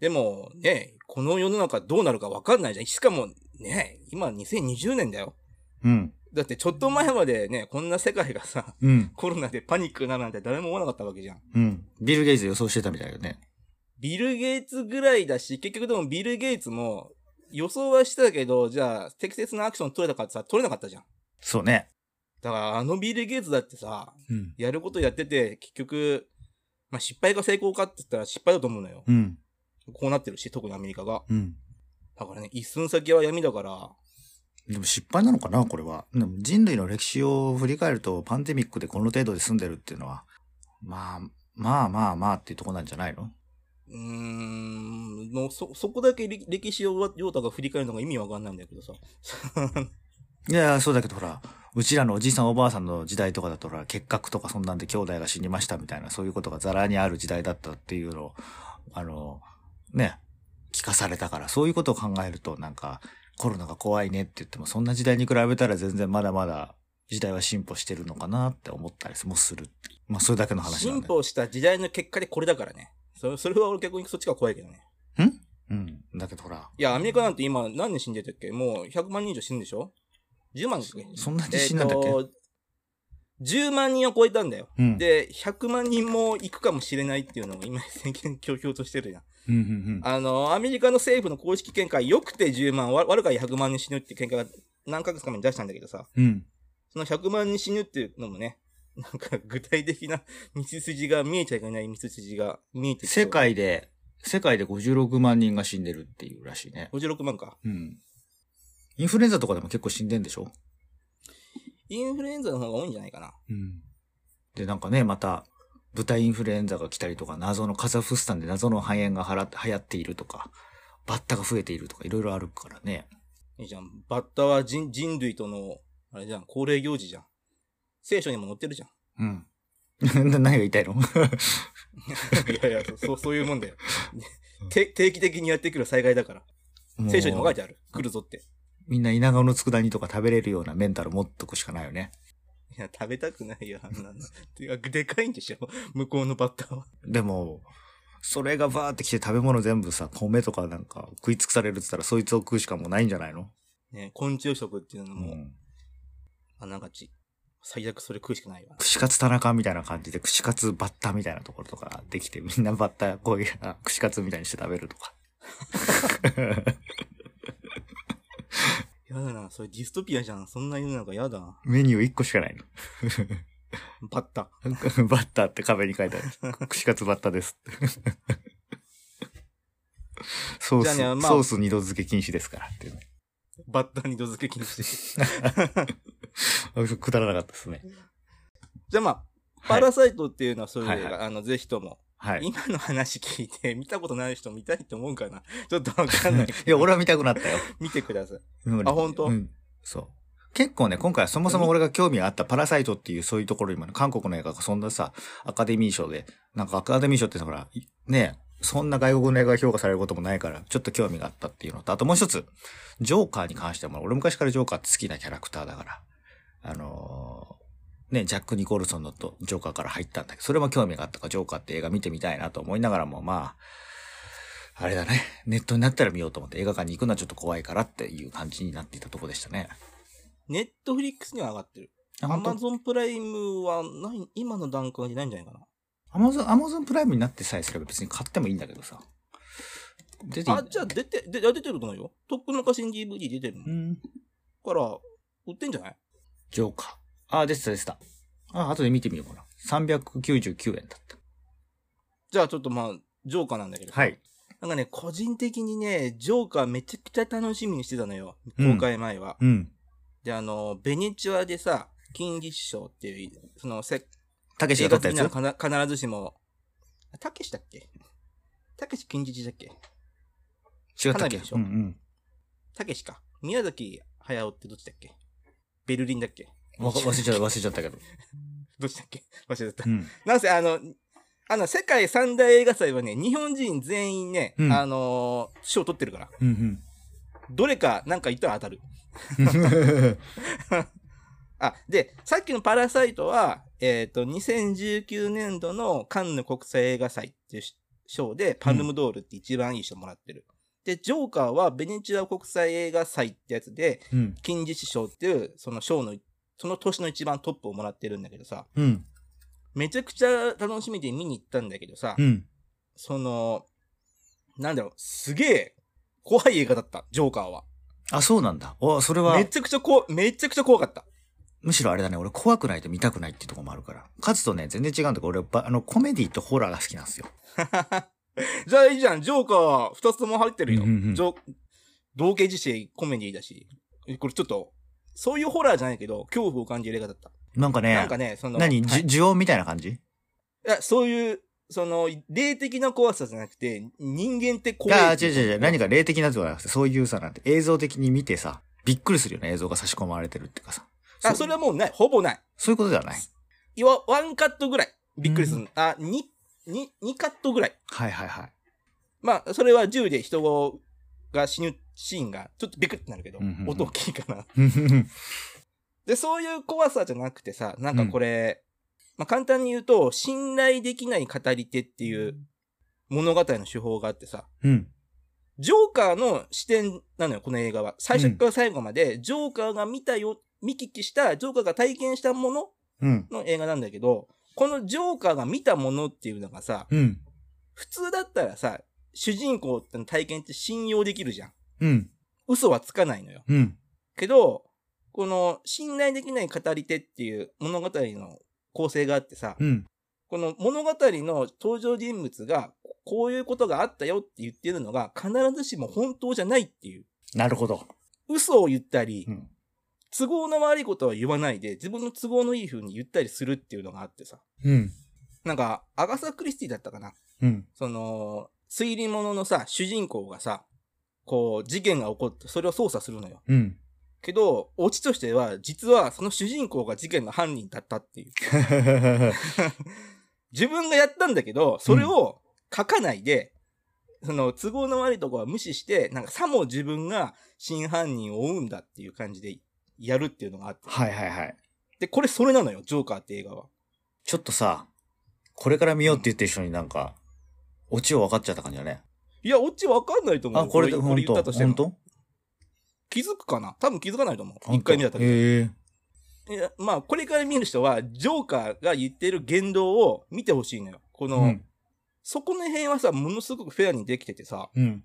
でも、ね、この世の中どうなるかわかんないじゃん。しかも、ね、今2020年だよ。
うん。
だってちょっと前までね、こんな世界がさ、
うん。
コロナでパニックになるなんて誰も思わなかったわけじゃん。
うん。ビル・ゲイツ予想してたみたいよね。
ビル・ゲイツぐらいだし、結局でもビル・ゲイツも予想はしてたけど、じゃあ適切なアクション取れたかってさ、取れなかったじゃん。
そうね。
だからあのビル・ゲイツだってさ、
うん。
やることやってて、結局、まあ、失敗か成功かって言ったら失敗だと思うのよ。
うん。
こうなってるし、特にアメリカが。
うん。
だからね、一寸先は闇だから、
でも失敗なのかなこれは。でも人類の歴史を振り返ると、パンデミックでこの程度で済んでるっていうのは、まあ、まあまあまあっていうとこなんじゃないの
うーん、もうそ、そこだけ歴歴史をりょうたが振り返るのが意味わかんないんだけどさ。
いやいや、そうだけどほら、うちらのおじいさんおばあさんの時代とかだとほら、結核とかそんなんで兄弟が死にましたみたいな、そういうことがザラにある時代だったっていうのを、あの、ね、聞かされたから、そういうことを考えるとなんか、コロナが怖いねって言っても、そんな時代に比べたら全然まだまだ時代は進歩してるのかなって思ったりもするっていう。まあ、それだけの話なん
進
で。
歩した時代の結果でこれだからね。そそれは俺逆にそっちが怖いけどね。
うん。だけどほら、
いや、アメリカなんて今何人死んでたっけもう100万人以上死んでしょ ?10 万だっけ
そんなに死んだんだっけ、
えーと ?10 万人を超えたんだよ。
うん。
で、100万人も行くかもしれないっていうのを今、宣言強々としてるやん。
うんうん
あの、アメリカの政府の公式見解、良くて10万、わ悪か100万人死ぬっていう見解が何ヶ月か前に出したんだけどさ、
うん。うん。
その100万人死ぬっていうのもね、なんか具体的な道筋が見えちゃいけない道筋が見えてきそう
世。界で、世界で56万人が死んでるっていうらしいね。
56万か。
うん。インフルエンザとかでも結構死んでんでしょ
インフルエンザの方が多いんじゃないかな。
うん。で、なんかね、また、豚インフルエンザが来たりとか、謎のカザフスタンで謎の肺炎がはら流行っているとか、バッタが増えているとか、いろいろあるからね。
いいじゃん。バッタは人人類との、あれじゃん、恒例行事じゃん。聖書にも載ってるじゃん。
うん。何が言いたいの
いやいや、そそうそういうもんだよ。て定期的にやってくる災害だから。
も う
聖書にも書いてある。来るぞって。
みんな稲顔の佃煮とか食べれるようなメンタル持っとくしかないよね。
いや、食べたくないよ、あんなの。 てか、でかいんでしょ 向こうのバッターは。
でも、それがバーって来て食べ物全部さ、米とかなんか食い尽くされるって言ったら、そいつを食うしかもうないんじゃないの
ね、昆虫食っていうの
う
も、
ん。
あながち。最悪それ食うしかないわ。
串カツ田中みたいな感じで、串カツバッタみたいなところとかできて、みんなバッタ、こういう、あ串カツみたいにして食べるとか。
やだな、それディストピアじゃん。そんな世の中やだ。
メニュー1個しかない
バッタ。
の。 バッタって壁に書いてある。串カツバッタですって。 ソー
じ
ス、
ゃあねまあ
ソース二度漬け禁止ですからっていうね。
バッター二度漬け禁止。
あくだらなかったですね。
じゃあまあ、
は
パ
い。
ラサイトっていうのはそういうのが、
はいは
あの、ぜひとも、
はい。い
今の話聞いて、見 たことない人見たいって思うかな。ちょっとわかん ないけど。
や、俺は見たくなったよ。
見てください。
うん
あ本当
うん。そう。結構ね、今回はそもそも俺が興味があったパラサイトっていうそういうところ今ね、韓国の映画がそんなさ、アカデミー賞で、なんかアカデミー賞ってさほら、いね、そんな外国の映画が評価されることもないから、ちょっと興味があったっていうのと、あともう一つ、ジョーカーに関しても、俺昔からジョーカーって好きなキャラクターだから、あのーね、ジャック・ニコルソンのとジョーカーから入ったんだけど、それも興味があったから、ジョーカーって映画見てみたいなと思いながらも、まあ、あれだね、ネットになったら見ようと思って映画館に行くのはちょっと怖いからっていう感じになっていたとこでしたね。
ネットフリックスには上がってる。
あ
ア
本当
マゾンプライムはない、今の段階でないんじゃないか
アマゾン、アマゾンプライムになってさえすれば別に買ってもいいんだけどさ。出てい
な。あ、じゃあ出て、であ出てると思うよ。とっくの昔に DVD 出てるの。
う
だ
ん。
から、売ってんじゃない
ジョーカー。あ、出てた出てた。あ、後で見てみようかな。399円だった。
じゃあちょっとまあ、ジョーカーなんだけど。
はい。
なんかね、個人的にね、ジョーカーめちゃくちゃ楽しみにしてたのよ。
うん
公開前は。
うん。
で、あの、ベネチュアでさ、金立賞っていう、その、せ
たけし
映
が撮
画好
ったや
きな
つ
のかな必ずしも、あたけしだっけたけし金立だっけ
違ったっ
花
け
火でしょ
うんうん。
たけしか。宮崎駿ってどっちだっけベルリンだっけ
わか忘れちゃった、忘れちゃったけど。
どっちだっけ忘れちゃった
う。ん。
なんせ、あの、あの、世界三大映画祭はね、日本人全員ね、
うん
あのー賞取ってるから、
うん
どれかなんか言ったら当たる。
うん。
あ、で、さっきのパラサイトは、えっ、と、2019年度のカンヌ国際映画祭っていう賞で、パルムドールって一番いい賞もらってる。で、ジョーカーはベネチュア国際映画祭ってやつで、
うん。
金獅子賞っていう、その賞の、その年の一番トップをもらってるんだけどさ、
うん。
めちゃくちゃ楽しみで見に行ったんだけどさ、
うん。
その、なんだろう、すげえ、怖い映画だった、ジョーカーは。
あ、そうなんだ。お、それは
め、ちゃくちゃこう、めちゃくちゃ怖かった。
むしろあれだね、俺怖くないと見たくないっていうところもあるから。カズとね、全然違うんだけど、俺、ばあの、コメディとホラーが好きなんですよ。
じゃあいいじゃん、ジョーカー二つとも入ってるよ。
うんうんうん
ジョ同系自身コメディだし、これちょっと、そういうホラーじゃないけど、恐怖を感じる映画だった。
なんかね、
なんかね、その、
何、
はい
じゅ呪音みたいな感じ
いや、そういう、その、霊的な怖さじゃなくて、人間って怖い。
ああ、違う違う違う。何か霊的なとかじゃなくて、そういうさ、なんて映像的に見てさ、びっくりするよね、映像が差し込まれてるっていうかさ。
あ、それはもうない。ほぼない。
そういうことじゃない
いわ、ワンカットぐらい。びっくりする。あ、に、に、二カットぐらい。
はいはいはい。
まあ、それは銃で人が死ぬシーンが、ちょっとビクってなるけど、
うんうんうん
音大きいかな。
うんうん
で、そういう怖さじゃなくてさ、なんかこれ、まあ簡単に言うと、信頼できない語り手っていう物語の手法があってさ、
うん。うん。
ジョーカーの視点なのよ、この映画は。最初から最後まで、ジョーカーが見たよ、見聞きした、ジョーカーが体験したもの
うん。
の映画なんだけど、このジョーカーが見たものっていうのがさ、
うん。
普通だったらさ、主人公っての体験って信用できるじゃん。
うん。
嘘はつかないのよ。
うん。
けど、この信頼できない語り手っていう物語の構成があってさ、
うん。
この物語の登場人物がこういうことがあったよって言ってるのが必ずしも本当じゃないっていう。
なるほど。
嘘を言ったり
う、ん。
都合の悪いことは言わないで自分の都合のいい風に言ったりするっていうのがあってさ。
うん。
なんか、アガサ・クリスティだったかな
うん。
その、推理物のさ、主人公がさ、こう、事件が起こって、それを捜査するのよ。
うん。
けど、オチとしては、実はその主人公が事件の犯人だったっていう。自分がやったんだけど、それを書かないで、その都合の悪いとこは無視して、なんかさも自分が真犯人を追うんだっていう感じでやるっていうのがあって。
はいはいはい。
で、これそれなのよ、ジョーカーって映画は。
ちょっとさ、これから見ようって言ってる人になんか、オチを分かっちゃった感じだね。
いや、オチわかんないと思う
あ、
よ。
これで、
こ
本
れ言
当
ったとしても
本。当
気づくかな多分気づかないと思う。一回見ただけで。
へえ。
いやまあ、これから見る人は、ジョーカーが言ってる言動を見てほしいのよ。この、
うん。
そこの辺はさ、ものすごくフェアにできててさ、
うん。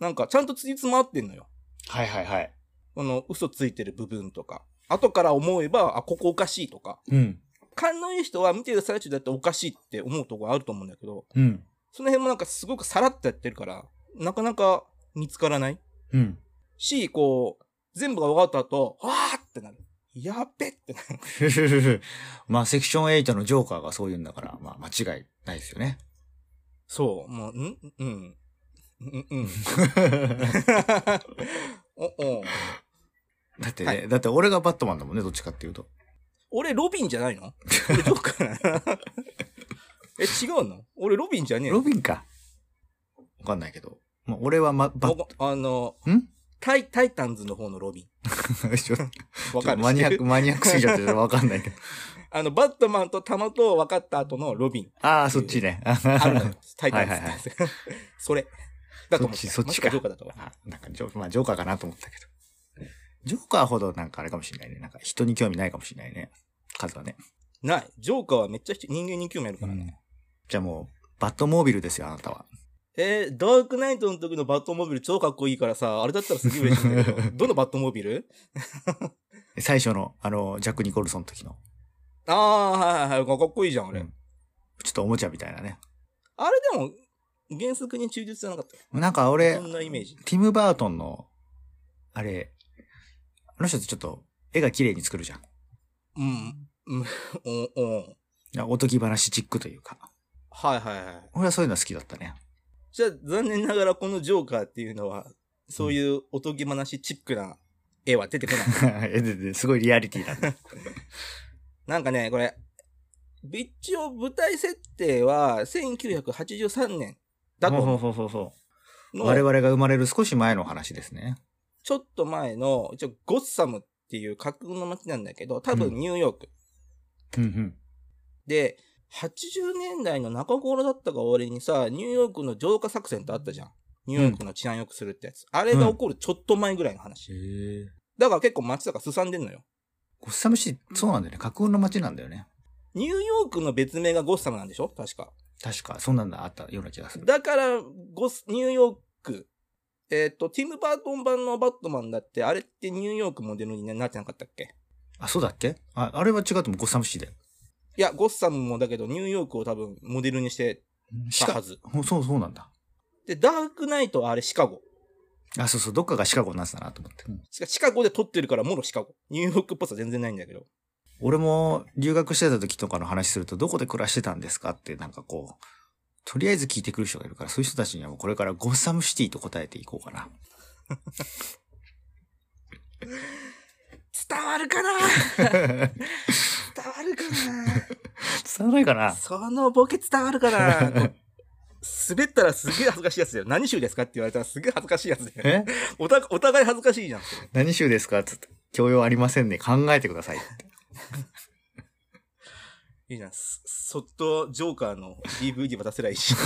なんかちゃんとつじつま合ってんのよ。
はいはいはい。
この嘘ついてる部分とか。後から思えば、あ、ここおかしいとか。
うん。
勘のいい人は見てる最中だっておかしいって思うとこあると思うんだけど、
うん。
その辺もなんかすごくさらっとやってるから、なかなか見つからない
うん。
し、こう、全部が分かった後、わーってなる。やっべってなる。
まあ、セクション8のジョーカーがそういうんだから、まあ、間違いないですよね。
そう、もう、んうん。うん、うん。 お、お
だってね、
はい
だって俺がバットマンだもんね、どっちかっていうと。
俺、ロビンじゃないの俺、どっかな え、違うの俺、ロビンじゃねえ
ロ
の
ビンか。わかんないけど。まあ、俺はま、バッ
わかあの、
ん
タイ、タイタンズの方のロビン。
ちょっと
わかる
マニアッ
知って
ク、
る
マニアックすぎちゃってわかんないけど。
あの、バットマンと弾と分かった後のロビン。
ああ、そっちね。
あるのよ。タイタンズ。
はいはいはい
それ。だと思ってた。
そっちそっちか
もしはジョーカーだと思う
あなんかジョー、まあ、ジョーカーかなと思ったけど。ジョーカーほどなんかあれかもしれないね。なんか人に興味ないかもしれないね。数はね。
ない。ジョーカーはめっちゃ人間に興味あるからね。
じゃあもう、バットモービルですよ、あなたは。
えー、ダークナイトの時のバットモビル超かっこいいからさ、あれだったらすげえ嬉しいんだけ ど、どのバットモビル
最初の、あの、ジャック・ニコルソンの時の、
ああ、はいはいはい、かっこいいじゃん、あれ。
うんちょっとおもちゃみたいなね。
あれでも、原則に忠実じゃなかっ
なんか
た。
俺
そ、んなイメージ。
ティム・バートンの、あれ、あの人ってちょっと、絵が綺麗に作るじゃん。
うん。うん、お、お。
おとぎ話チックというか。
はいはいはい。
俺はそういうの好きだったね。
じゃあ、残念ながらこのジョーカーっていうのは、そういうおとぎ話チックな絵は出てこない。
えでですごいリアリティなんだ。
なんかね、これ、ビッチを舞台設定は1983年 だと
ほう
思
ほうほうほ
う
う
の
我々が生まれる少し前の話ですね。
ちょっと前の、一応ゴッサムっていう架空の街なんだけど、多分ニューヨーク。
うんうん。
で、80年代の中頃だったか終わりにさ、ニューヨークの浄化作戦ってあったじゃん。ニューヨークの治安良くするってやつ。あれが起こるちょっと前ぐらいの話。
へえ。
だから結構街とかすさんでんのよ。
ゴッサムシそうなんだよね。架空の街なんだよね。
ニューヨークの別名がゴッサムなんでしょ確か。
確か、そんなんだあったような気がする。
だから、ゴス、ニューヨーク。えっ、と、ティム・バートン版のバットマンだって、あれってニューヨークモデルになってなかったっけ
あ、そうだっけああれは違ってもゴッサムシで。
いや、ゴッサムもだけど、ニューヨークを多分モデルにして
シ
たは
カ
ず。
ほそうそうなんだ。
で、ダークナイトはあれシカゴ。
あ、そうそう、どっかがシカゴになってたなと思って。
しかシカゴで撮ってるから、もろシカゴ。ニューヨークっぽさ全然ないんだけど。
俺も留学してた時とかの話すると、どこで暮らしてたんですかって、なんかこう、とりあえず聞いてくる人がいるから、そういう人たちにはもうこれからゴッサムシティと答えていこうかな。
伝わるかな伝わるか
伝わらないかな
なそのボケ伝わるかなこう滑ったらすげえ恥ずかしいやつ だよ。何州ですかって言われたらすげえ恥ずかしいやつだよ。
え
おたお互い恥ずかしいじゃん。
何州ですかつって。教養ありませんね。考えてくださ
い
い。
いじゃん。そそっとジョーカーの DVD 渡せりゃいいし。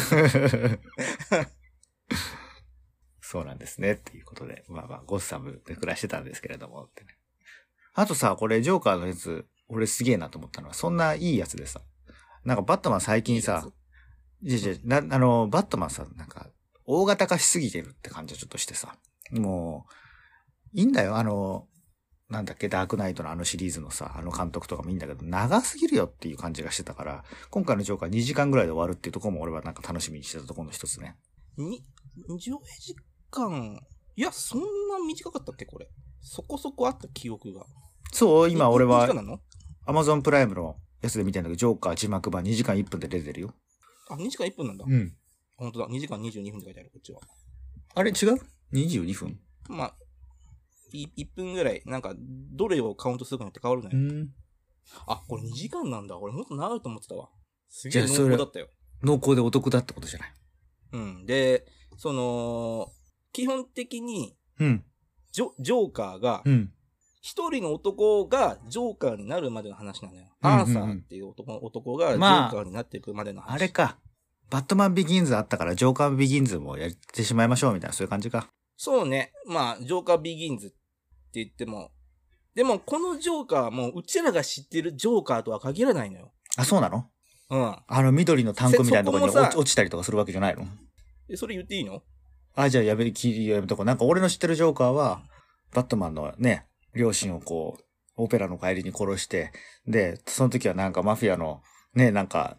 そうなんですね。っていうことで。まあまあ、ゴッサムで暮らしてたんですけれども。ってねあとさ、これ、ジョーカーのやつ、俺すげえなと思ったのは、そんないいやつでさ。なんか、バットマン最近さ、じゃじゃ、な、あの、バットマンさ、なんか、大型化しすぎてるって感じはちょっとしてさ。もう、いいんだよ。あの、なんだっけ、ダークナイトのあのシリーズのさ、あの監督とかもいいんだけど、長すぎるよっていう感じがしてたから、今回のジョーカー2時間ぐらいで終わるっていうところも俺はなんか楽しみにしてたところの一つね。
に、上映時間、いや、そんな短かったっけこれ。そこそこあった記憶が。
そう、今俺
いい時間な
は
の
Amazon プライムのやつで見てんだけど、ジョーカー字幕版2時間1分で出てるよ。
あ、2時間1分なんだ。
ん。
本当だ。2時間22分って書いてある、こっちは。
あれ違う ?22 分
まあ、い1分ぐらい、なんか、どれをカウントするかによって変わるのよ。
ん。
あ、これ2時間なんだ。俺もっと長いと思ってたわ。すげえ
じゃあそ
濃
れ
厚だったよ。
濃厚でお得だってことじゃない。
うん。で、その、基本的に、
うん。
ジョ、ジョーカーが、
うん。
一人の男がジョーカーになるまでの話なのよ。
うんうんうん
アーサーっていう男男がジョ
まあ
ーカーになっていくまでの話。
あれか。バットマンビギンズあったから、ジョーカービギンズもやってしまいましょうみたいな、そういう感じか。
そうね。まあ、ジョーカービギンズって言っても。でも、このジョーカーはもう、うちらが知ってるジョーカーとは限らないのよ。
あ、そうなの
うん
あの緑のタンクみたいなところに
せそこも
落
さ
ち落ちたりとかするわけじゃないの。
えそれ言っていいの
あ、じゃあやめ、切りやめとこう。なんか俺の知ってるジョーカーは、バットマンのね、両親をこう、オペラの帰りに殺して、で、その時はなんかマフィアの、ね、なんか、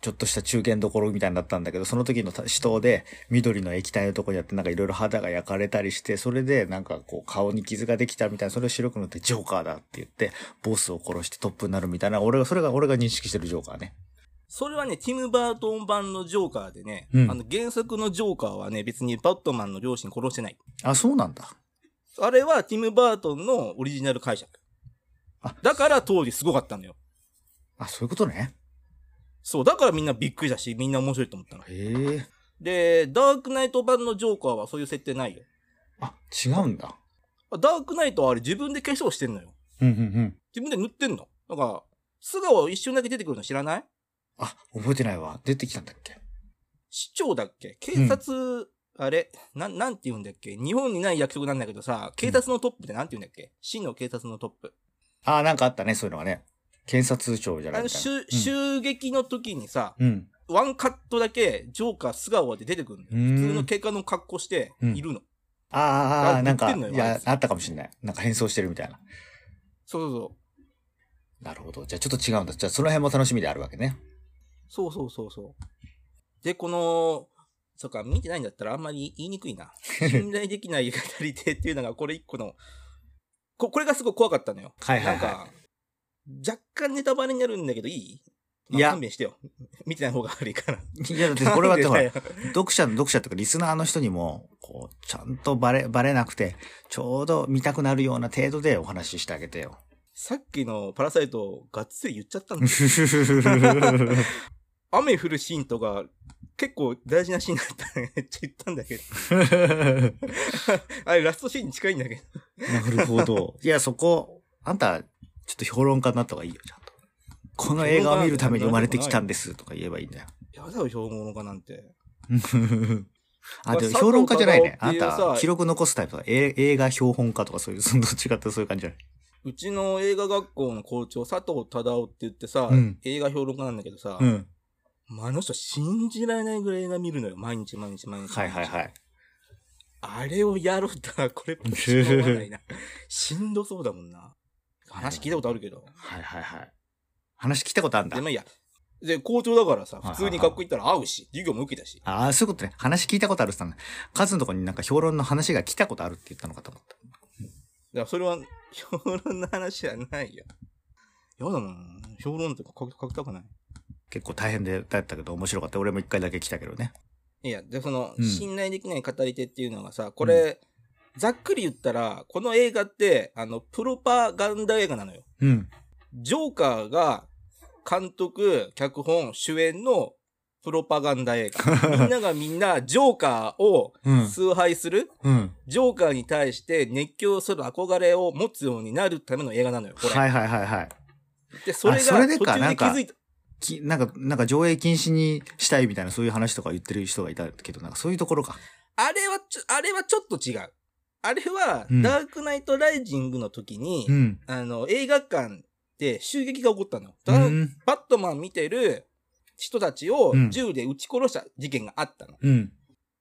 ちょっとした中堅どころみたいになったんだけど、その時の死闘で緑の液体のとこにやってなんかいろいろ肌が焼かれたりして、それでなんかこう顔に傷ができたみたいな、それを白く塗ってジョーカーだって言って、ボスを殺してトップになるみたいな、俺が、それが俺が認識してるジョーカーね。
それはね、ティム・バートン版のジョーカーでね、
うん
あの原作のジョーカーはね、別にバットマンの両親殺してない。
あ、そうなんだ。
あれはティム・バートンのオリジナル解釈
あ。
だから当時すごかったのよ。
あ、そういうことね。
そう、だからみんなびっくりだし、みんな面白いと思ったの。
へえ。
で、ダークナイト版のジョーカーはそういう設定ないよ。
あ、違うんだ。
あダークナイトはあれ自分で化粧してんのよ。
うんうんうん。
自分で塗ってんの。なんか、素顔一瞬だけ出てくるの知らない
あ、覚えてないわ。出てきたんだっけ。
市長だっけ警察、あれなん、なんて言うんだっけ日本にない役職なんだけどさ、警察のトップってなんて言うんだっけ市の警察のトップ。
あ、なんかあったね、そういうのがね。検察庁じゃな
あ
い
の、
みたいな。
襲、襲撃の時にさ、
うん。
ワンカットだけ、ジョーカー素顔で出てくるのよ。
うーん
普通の警官の格好して、いるの。
あーあー、あ
あ
ーなんか、
売ってんのよ
い
あ
や
い、つ
あったかもしれない。なんか変装してるみたいな。
そうそうそう。
なるほど。じゃあちょっと違うんだ。じゃあその辺も楽しみであるわけね。
そうそうそうそう。で、この、そっか、見てないんだったらあんまり言いにくい な。信頼できない語り手っていうのが、これ一個の、こ、これがすごい怖かったのよ。
はい
なん か、若干ネタバレになるんだけどいい、まあ
いや
勘弁してよ。見てない方が悪いから。
いや、だってこれはだってほら
なんでだよ
読者の読者とかリスナーの人にも、こう、ちゃんとバレ、バレなくて、ちょうど見たくなるような程度でお話ししてあげて よ。
さっきのパラサイト、がっつり言っちゃったんだよ雨降るシーンとか、結構大事なシーンだったね。め っちゃ言ったん だけど。あれ、ラストシーンに近いんだけど。
なるほど。 いや、そこ、あんた、ちょっと評論家になった方がいいよ、ちゃんと。この映画を見るために生まれてきたんですとか言えばいいんだ よ。
やだよ、標本家なんて。
あ、でも評論家じゃないね。
佐
あ
藤忠夫って
ん
いうさ
た、記録残すタイプだ。え映画標本家とかそういう、 そのどっちかってそういう感じじゃないう
ちの映画学校の校長、佐藤忠夫って言ってさ、
うん
映画評論家なんだけどさ、
うん。
まああの人信じられないぐらい映画見るのよ。毎日毎日毎日。
はいはいはい。
あれをやろうとは、これっぽっちも思わ ないな。しんどそうだもんな。話聞いたことあるけど。
はいはいはい。話聞いたことあるんだ
で、。まあいいや。で、校長だからさ、
はいはいはい
普通に学校行ったら会うし、授業も受けたし。
ああ、そういうことね。話聞いたことあるって言ったんだ。カズのとこになんか評論の話が来たことあるって言ったのかと思った。
だからそれは、 評論の話はないよ。やだもん。評論とか書き書きたくない。
結構大変でだったけど面白かった。俺も一回だけ来たけどね。
いや、で、その、
うん
信頼できない語り手っていうのがさ、これ、ざっくり言ったら、この映画って、あの、プロパガンダ映画なのよ。
うん。
ジョーカーが、監督、脚本、主演のプロパガンダ映画。みんながみんな、ジョーカーを
うん。
崇拝する、
うん。
ジョーカーに対して熱狂する憧れを持つようになるための映画なのよ、これ。
はいはいはいはい。
で、それが、
あそれで
途
か
中
な
で
ん
気
か
づいた。
き、なんか、なんか上映禁止にしたいみたいなそういう話とか言ってる人がいたけど、なんかそういうところか。
あれはちょ、あれはちょっと違う。あれは、
うん
ダークナイトライジングの時に、
うん。
あの、映画館で襲撃が起こったの。
う
だ
ん。
バットマン見てる人たちを
うん
銃で撃ち殺した事件があったの。
うん。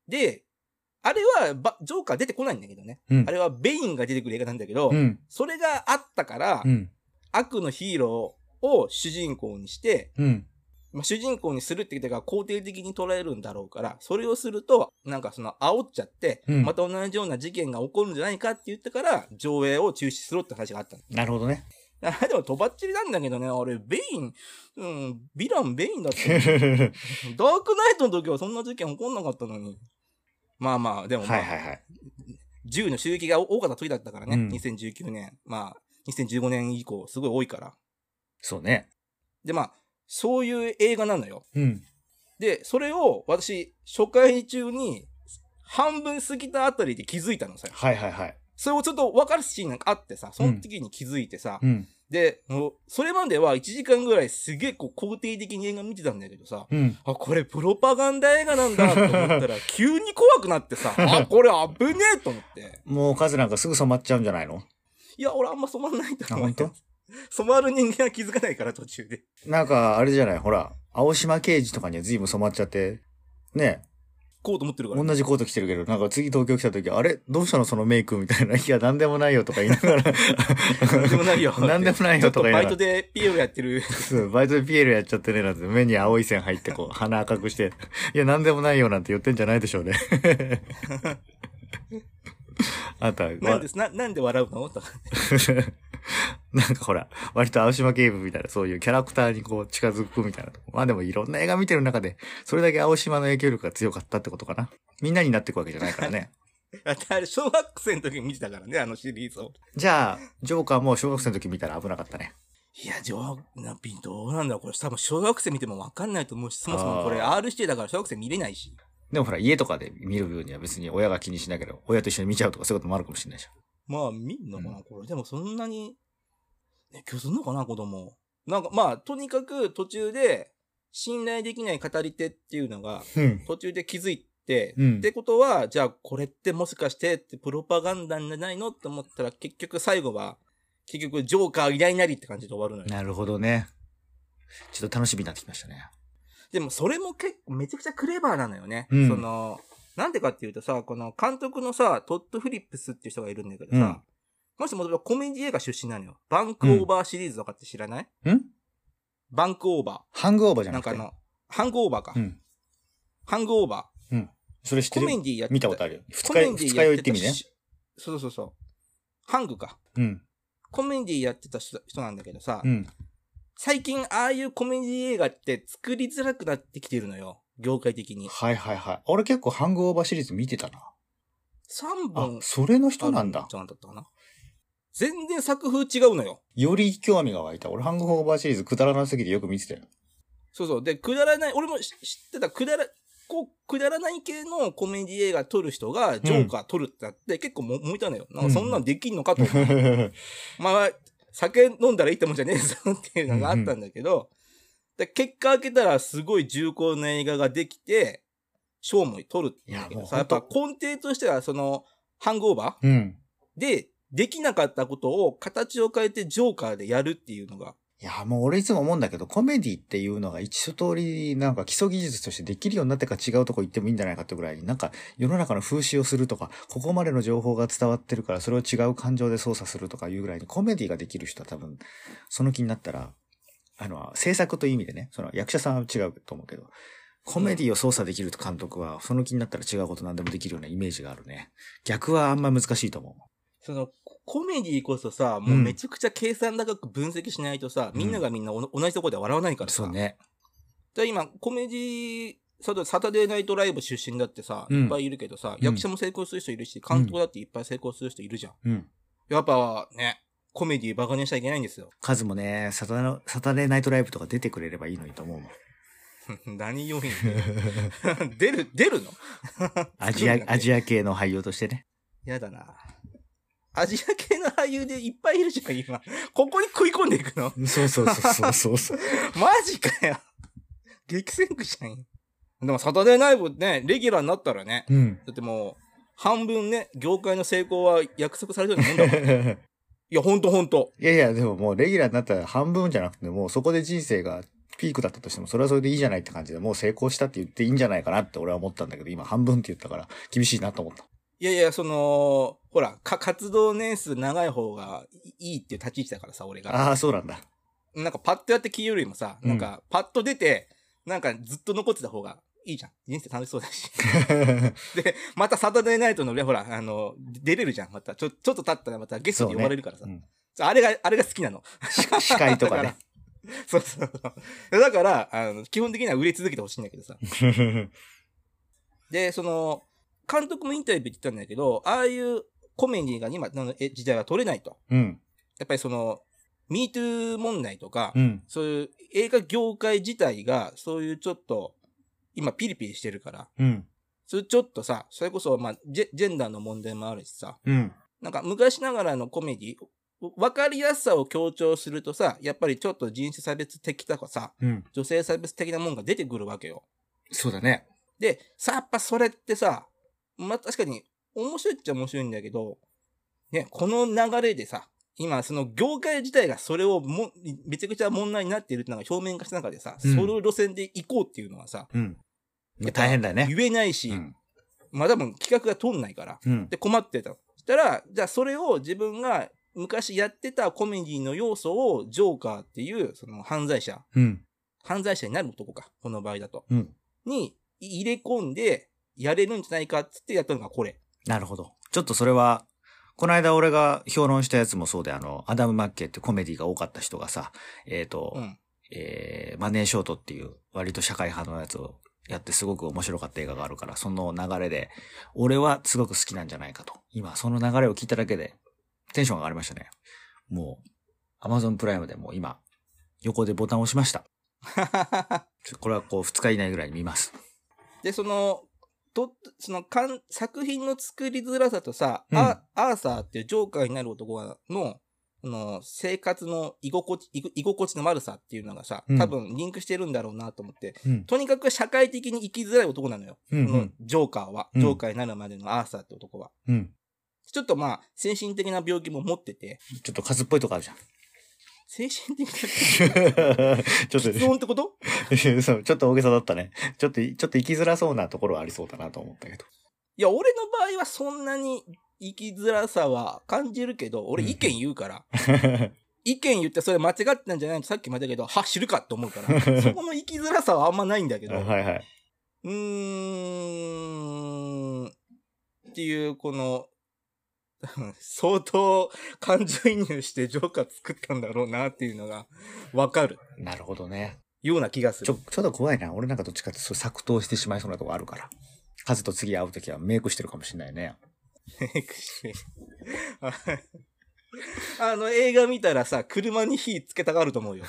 で、あれはバ、ジョーカー出てこないんだけどね。
うん
あ。れはベインが出てくる映画なんだけど、
うん。
それがあったから、
うん。
悪のヒーローを主人公にして、
うん。
まあ、主人公にするって言ったから肯定的に捉えるんだろうから、それをすると、なんかその煽っちゃって、
うん
また同じような事件が起こるんじゃないかって言ったから、上映を中止するって話があったの
なるほど ね。
あでも、とばっちりなんだけどね、あれ、ベイン、うん、ヴィラン、ベインだったのダークナイトの時はそんな事件起こんなかったのに。まあまあ、でもまあ、
はいはいはい。
銃の襲撃が多かった時だったからね、
うん
2019年。まあ、2015年以降、すごい多いから。
そうね。
で、まあ、そういう映画なのよ。
うん。
で、それを私、初回中に、半分過ぎたあたりで気づいたのさ。
はいはいはい。
それをちょっと分かるシーンなんかあってさ、その時に気づいてさ、
うん。
で、もう、それまでは1時間ぐらいすげえこう肯定的に映画見てたんだけどさ、
うん。
あ、これプロパガンダ映画なんだと思った ら、急に怖くなってさ、あ、これ危ねえと思って。
もうカズなんかすぐ染まっちゃうんじゃないの
いや、俺あんま染まんないと思う
あ本
よ。染まる人間は気づかないから途中で。
なんか、あれじゃない、ほら、青島刑事とかには随分染まっちゃって、ね、
こうと思ってるから、
同じコート着てるけど、なんか次東京来た時、あれどうしたのそのメイクみたいな。いや、なんでもないよとか言いな がら。。
なんでもないよ
なんでもないよとか言い
バ
な
イト
がら。
で PM やってる。
そうバイトでピエールやっちゃってね、なんて、目に青い線入って、こう、鼻赤くして、いや、なんでもないよなんて言ってんじゃないでしょうね。あんた、
な
わ
ん ですななんで笑うのとか。
なんかほら、割と青島警部みたいな、そういうキャラクターにこう近づくみたいなとこ。まあでもいろんな映画見てる中で、それだけ青島の影響力が強かったってことかな。みんなになっていくわけじゃないからね。
だってあれ、小学生の時に見てたからね、あのシリーズを。
じゃあ、ジョーカーも小学生の時見たら危なかったね。
いや、ジョーなピンどうなんだろうこれ、多分小学生見てもわかんないと思うし、そもそもこれ
あ
R 指定だから小学生見れないし。
でもほら、家とかで見る分には別に親が気にしなければ、親と一緒に見ちゃうとかそういうこともあるかもしれないじ
まあ、見んのかな、
う
これ。でもそんなに、ね、今日すんのかな、子供。なんか、まあ、とにかく途中で、信頼できない語り手っていうのが、
ゃん。うん。
途中で気づいて、
うん
ってことは、じゃあこれってもしかしてってプロパガンダじゃないのって思ったら、結局最後は、結局ジョーカー偉大なりって感じで終わるのよ。
なるほどね。ちょっと楽しみになってきましたね。
でもそれも結構めちゃくちゃクレバーなのよね。
うん
その、なんでかっていうとさ、この監督のさ、トッド・フィリップスっていう人がいるんだけどさ、
うん
この人もともとコメディ映画出身なのよ。バンクオーバーシリーズとかって知らない、
ん
バンクオーバ
ハングオーバー
ー。
じ
な
ゃなんくて。
かあの、ハングオーバーか。
うん。
ハングオーバ
それ知っ
ー。コ
て
メ
る
ディやって
見たことあるよ。二
コ
日
メデ
酔い、
ィ
二日
や
酔
っ
いってて
た
意味ね。
しそうそうそう。ハングか。
うん。
コメディやってた人人なんだけどさ、
うん。
最近ああいうコメディ映画って作りづらくなってきてるのよ。業界的に。
はいはいはい。俺結構ハングオーバーシリーズ見てたな。
3
あ、
本。
それの人なんだ。
じゃなかったかな。全然作風違うのよ。
より興味が湧いた。俺ハングオーバーシリーズくだらなすぎてよく見てたよ。
そうそう。で、くだらない、俺もし知ってた、くだら、こう、くだらない系のコメディ映画撮る人が、ジョーカー撮るってなって、結構も燃えたのよ。なんかそんなんできんのかと。お前は酒飲んだらいいってもんじゃねえぞっていうのがあったんだけど、で結果開けたらすごい重厚な映画ができて、賞も取るってうんだけどさ、や
いや
っ
もう
ぱ根底としてはその、ハングオーバ
うん。
ーで、できなかったことを形を変えてジョーカーでやるっていうのが、
いや、もう俺いつも思うんだけど、コメディっていうのが一通りなんか基礎技術としてできるようになってから違うとこ行ってもいいんじゃないかってぐらいに、なんか世の中の風刺をするとか、ここまでの情報が伝わってるからそれを違う感情で操作するとかいうぐらいにコメディができる人は多分、その気になったら、あの、制作という意味でね、その役者さんは違うと思うけど、コメディを操作できる監督は、その気になったら違うこと何でもできるようなイメージがあるね。逆はあんま難しいと思
その、ココメディこそさ、もうめちゃくちゃ計算高く分析しないとさ、
うん
みんながみんなおの同じところで笑わないか
う。
ら
そ
さ。
うね。
で今、コメディサタサタデーナイトライブ出身だってさ、
うん
いっぱいいるけどさ、
うん
役者も成功する人いるし、監督だっていっぱい成功する人いるじゃん。
うん。
やっぱね、コメディバカにしちゃいけないんですよ。
カズもね、サタのサタデーナイトライブとか出てくれればいいのにと 思うもん。
何要因 出る、出るの
アジア、ア
ア。
ジア系の俳優としてね。
やだな。アジア系の俳優でいっぱいいるじゃん、今。ここに食い込んでいくの
そうそうそうそう そう。
マジかよ。激戦区じゃんよ。でも、サタデーナイブね、レギュラーになったらね、
うん。
だってもう、半分ね、業界の成功は約束されてるようなもんだもん。いや、ほんとほんと。
いやいや、でももうレギュラーになったら半分じゃなくて、もうそこで人生がピークだったとしても、それはそれでいいじゃないって感じで、もう成功したって言っていいんじゃないかなって俺は思ったんだけど、今半分って言ったから厳しいなと思った。
いやいや、その、ほら、か、活動年数長い方がいいっていう立ち位置だからさ、俺が。
ああ、そうなんだ。
なんかパッとやって消えるよりもさ、
うん
なんかパッと出て、なんかずっと残ってた方がいいじゃん。人生楽しそうだし。 で、またサタデーナイトのね、ほら、あの、出れるじゃん。また、ちょ、ちょっと経ったらまたゲストで呼ばれるからさ。
そうね
あれが、あれが好きなの。
司会とか ね。
そうそうそう。だから、あの、基本的には売れ続けてほしいんだけどさ。で、その、監督もインタビューで言ってたんだけど、ああいうコメディが今のえ時代は取れないと。
うん。
やっぱりその、MeToo 問題とか、
うん。
そういう映画業界自体が、そういうちょっと、今ピリピリしてるから、
うん。
それちょっとさ、それこそ、まあジェ、ジェンダーの問題もあるしさ、
うん。
なんか昔ながらのコメディ、わかりやすさを強調するとさ、やっぱりちょっと人種差別的とかさ、
うん。
女性差別的なもんが出てくるわけよ。
そうだね。
で、さ、やっぱそれってさ、まあ、確かに面白いっちゃ面白いんだけど、ね、この流れでさ、今その業界自体がそれをも、めちゃくちゃ問題になっているってのが表面化した中でさ、
うん
その路線で行こうっていうのはさ、
うん。いや大変だよね。
言えないし、
うん。
まあ多分企画が通んないから。
うん。
で、困ってたの。そしたら、じゃあそれを自分が昔やってたコメディの要素をジョーカーっていう、その犯罪者、
うん。
犯罪者になる男か、この場合だと。
うん。
に入れ込んで、やれるんじゃないかっつってやったのがこれ。
なるほど。ちょっとそれは、この間俺が評論したやつもそうで、あの、アダム・マッケイってコメディが多かった人がさ、えっ、と、
うん。
えーマネーショートっていう割と社会派のやつをやってすごく面白かった映画があるから、その流れで、俺はすごく好きなんじゃないかと。今、その流れを聞いただけで、テンションが上がりましたね。もう、アマゾンプライムでもう今、横でボタンを押しました。ちょこれはこう、2日以内ぐらいに見ます。
で、その、と、その、かん、作品の作りづらさとさ、
うん
アアーサーっていうジョーカーになる男がの、あの、生活の居心地、居居心地の悪さっていうのがさ
うん、
多分リンクしてるんだろうなと思って、
うん。
とにかく社会的に生きづらい男なのよ。
う
この
ん。
ジョーカーは、
うん
ジョーカーになるまでのアーサーって男は。
うん。
ちょっとまあ、精神的な病気も持ってて、
ちょっと数っぽいとこあるじ ゃん。
精神的 な
ちょっと、
質問ってこと
そうちょっと大げさだったね。ちょっと、ちょっと生きづらそうなところはありそうだなと思ったけど。
いや、俺の場合はそんなに生きづらさは感じるけど、俺意見言う から、意見言ってそれ間違ってたんじゃないのさっきも言ったけど、は、知るかって思う から、そこの生きづらさはあんまないんだけど、
はいはい。
うーん、っていう、この、相当感情移入してジョーカー作ったんだろうなっていうのがわかる
なるほどね。
ような気がす
ち
る
ょ、。ちょっと怖いな。俺なんかどっちかってそう作刀してしまいそうなとこあるから。カズと次会うときはメイクしてるかもしれな いね。
あの映画見たらさ、車に火つけたがると思うよ。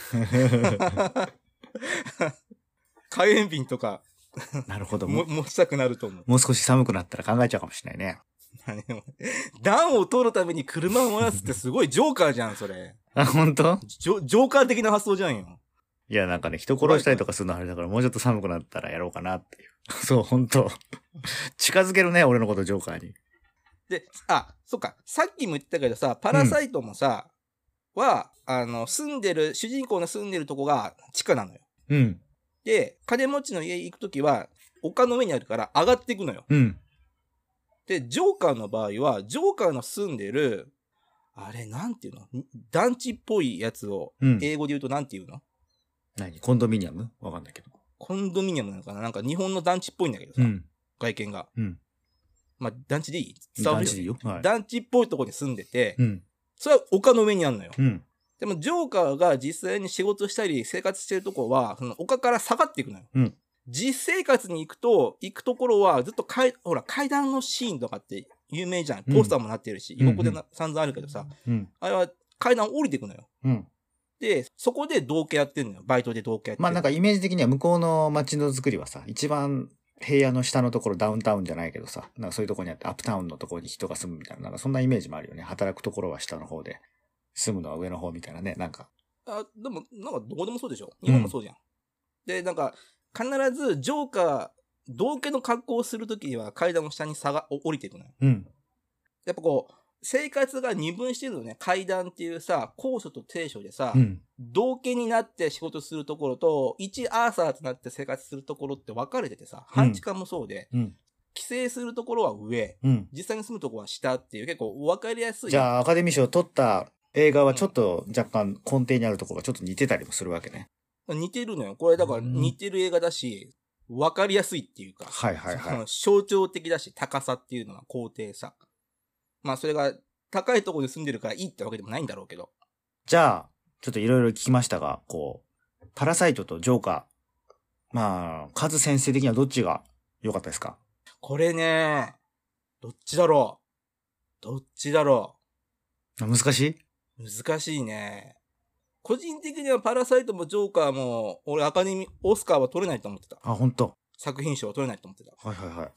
火炎瓶とか
なるほど。
も
もう
持ちたくなると思う。
もう少し寒くなったら考えちゃうかもしれないね。
あでも暖を取るために車を燃やすってすごいジョーカーじゃん、それ。
あ、本当？
ジョジョーカー的な発想じゃんよ。
いや、なんかね、人殺したりとかするのはあれだから、もうちょっと寒くなったらやろうかなっていう。 そう、本当近づけるね、俺のことジョーカーに。
で、あ、そっか、さっきも言ったけどさ、パラサイトもさ、は、あの、住んでる、主人公の住んでるとこが地下なのよ。
うん。
で、金持ちの家行くときは、丘の上にあるから上がっていくのよ。
うん。
で、ジョーカーの場合は、ジョーカーの住んでる、あれ、なんていうのん団地っぽいやつを、
うん。
英語で言うとなんていうの
何コンドミニアムわかんないけど。
コンドミニアムなのかななんか日本の団地っぽいんだけどさ、
うん。
外見が。
うん。
まあ、団地でいい伝わるよ、ね、
団地でいいよはい
団地っぽいとこに住んでて、
うん。
それは丘の上にあるのよ。
うん。
でも、ジョーカーが実際に仕事したり生活してるとこは、その丘から下がっていくのよ。
うん
実生活に行くと、行くところはずっと階、ほら、階段のシーンとかって有名じゃん。
うん
ポスターもなってるし、
うんうん
予告でな散々あるけどさ、
うん。
あれは階段降りていくのよ。
うん。
で、そこで同居やってんのよ。バイトで同居やってる
まあなんかイメージ的には向こうの街の作りはさ、一番平野の下のところダウンタウンじゃないけどさ、なんかそういうところにあってアップタウンのところに人が住むみたいな、なんかそんなイメージもあるよね。働くところは下の方で、住むのは上の方みたいなね、なんか。
あ、でも、なんかどこでもそうでしょ。
ん
日本もそうじゃん。で、なんか、必ずジョーカー、同居の格好をするときには階段を下に下が、お降りていくのよ。
うん。
やっぱこう、生活が二分してるのね。階段っていうさ、高所と低所でさ、
うん。
同居になって仕事するところと、一アーサーとなって生活するところって分かれててさ、半地下もそうで、
うん。
帰省するところは上、
うん。
実際に住むところは下っていう結構分かりやすい。
じゃあアカデミー賞を取った映画はちょっと若干根底にあるところがちょっと似てたりもするわけね。
似てるのよ。これだから似てる映画だし、分かりやすいっていうか。
はいはいはい
その象徴的だし、高さっていうのは高低さ。まあそれが高いところに住んでるからいいってわけでもないんだろうけど。
じゃあ、ちょっといろいろ聞きましたが、こう、パラサイトとジョーカー、まあ、カズ先生的にはどっちが良かったですか
これね、どっちだろうどっちだろ
あ難しいう
難しいね。個人的にはパラサイトもジョーカーも、俺アカデミー、オスカーは取れないと思ってた。
あ、本当
作品賞は取れないと思ってた。
はいはいは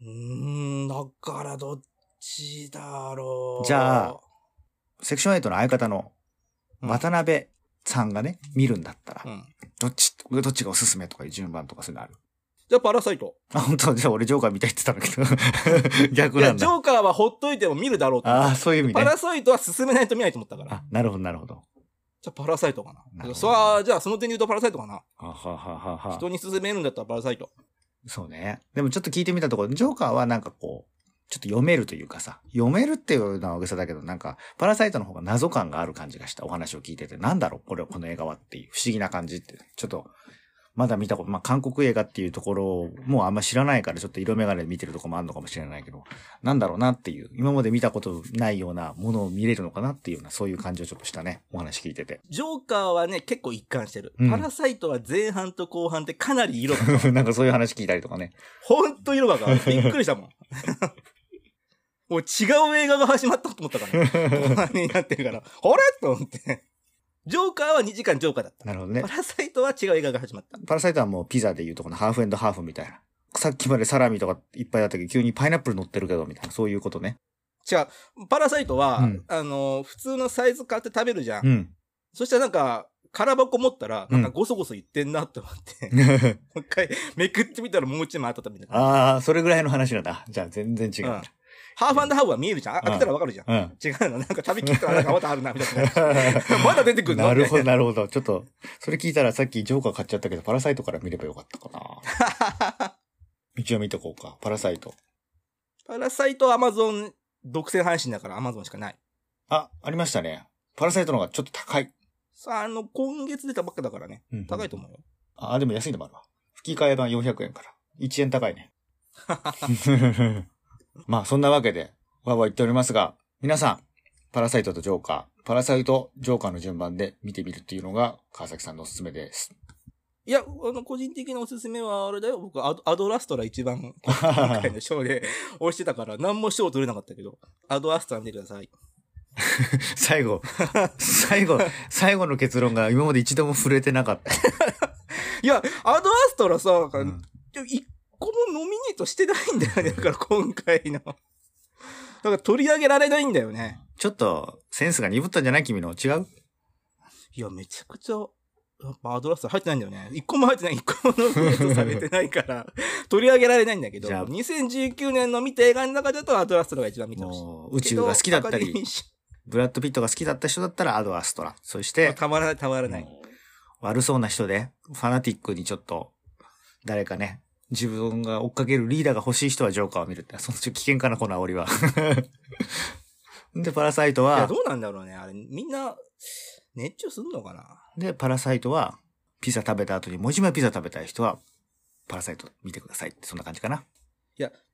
うーん、だからどっちだろう
じゃあ、い。セクション8の相方の
うん
渡辺さんがね、見るんだったら、
うん。
どっち、どっちがおすすめとかいう順番とかそういうのある。
じゃあパラサイト。
あ、本 当じゃあ俺ジョーカー見たいって言ってたんだけど、 逆
い
な
や、
ん
ジ
だ。
ョーカーはほっといても見るだろうと思っ
あ
た。
あ、そういう意味
パ
ね。
ラサイトは進めないと見ないと思ったから。
あ、なるほどなるほど。
じゃあパラサイトか
なるほ
な。
ど
そら、じゃあその点で言うとパラサイトかな。
ははははは
人に進めるんだったらパラサイト。
そうね。でもちょっと聞いてみたところ、ジョーカーはなんかこう、ちょっと読めるというかさ、読めるっていうのは大げさだけど、なんか、パラサイトの方が謎感がある感じがしたお話を聞いてて、なんだろうこれ、この映画はっていう、不思議な感じって、ちょっと、まだ見たこと、まあ、韓国映画っていうところを、もうあんま知らないから、ちょっと色眼鏡で見てるとこもあるのかもしれないけど、なんだろうなっていう、今まで見たことないようなものを見れるのかなっていうような、そういう感じをちょっとしたね、お話聞いてて。
ジョーカーはね、結構一貫してる。
うん
パラサイトは前半と後半ってかなり色が、
なんかそういう話聞いたりとかね。
ほんと色が変わってびっくりしたもん。 もう違う映画が始まったと思ったから、後半になってるから、あれと思って。ジョーカーは2時間ジョーカーだった。
なるほどね
パ。ラサイトは違う映画が始まった。
パラサイトはもうピザでいうとこのハーフエンドハーフみたいな。さっきまでサラミとかいっぱいだったけど、急にパイナップル乗ってるけど、みたいな。そういうことね。
違う、パラサイトは、
うん
あの、普通のサイズ買って食べるじゃん。
うん。
そしたらなんか、空箱持ったら、なんかゴソゴソ言ってんなって思って、 もう一回めくってみたらもう一枚あったみたいな。
ああ、それぐらいの話なんだ。じゃあ全然違う。
ハーフハーフは見えるじゃんあ開けたらわかるじゃん。
うん。
違うの、なんか食べきったらなんかまだあるな、みたいな。 まだ出てくるの
なるほど、
みたい
なるほど。ちょっと、それ聞いたらさっきジョーカー買っちゃったけど、パラサイトから見ればよかったかな。 一応見とこうか。パラサイト。
パラサイトアマゾン独占配信だからアマゾンしかない。
あ、ありましたね。パラサイトの方がちょっと高い。
さあ、あの、今月出たばっかだからね。
うん
高いと思うよ。
あ、でも安いのもあるわ。吹き替え版400円から。1円高い ね。まあ、そんなわけで、わーわー言っておりますが、皆さん、パラサイトとジョーカー、パラサイト、ジョーカーの順番で見てみるっていうのが、川崎さんのおすすめです。
いや、あの、個人的なおすすめはあれだよ。僕、アドアドラストラ一 番、今回のショーで 押してたから、何も賞取れなかったけど、アドアストラ見てください。
最後、最後、最後の結論が今まで一度も触れてなかった。
いや、アドアストラさ、
うん
でも一個もノミネートしてないんだよね。だから今回の。だから取り上げられないんだよね。
ちょっと、センスが鈍ったんじゃない君の。違う
いや、めちゃくちゃ、やっぱアドラスト入ってないんだよね。一個も入ってない、一個もノミネートされてないから、 取り上げられないんだけど、
じゃあ
2019年の見た映画の中だとアドラストラが一番見てほしい。
もう、宇宙が好きだった
けどアカデミー
り、
賞
ブラッド・ピットが好きだった人だったら、アド・アストラ。そして、
たまらない、たまらない。
悪そうな人で、ファナティックにちょっと、誰かね、自分が追っかけるリーダーが欲しい人はジョーカーを見るって、そのちょっと危険かな、この煽りは。 で、パラサイト
いや、
は
ど、うなんだろうね。あれ、みんな、熱中すんのかな
で、パラサイトは、ピザ食べた後に、もう一枚ピザ食べたい人は、パラサイト見てくださいって、そんな感じかな。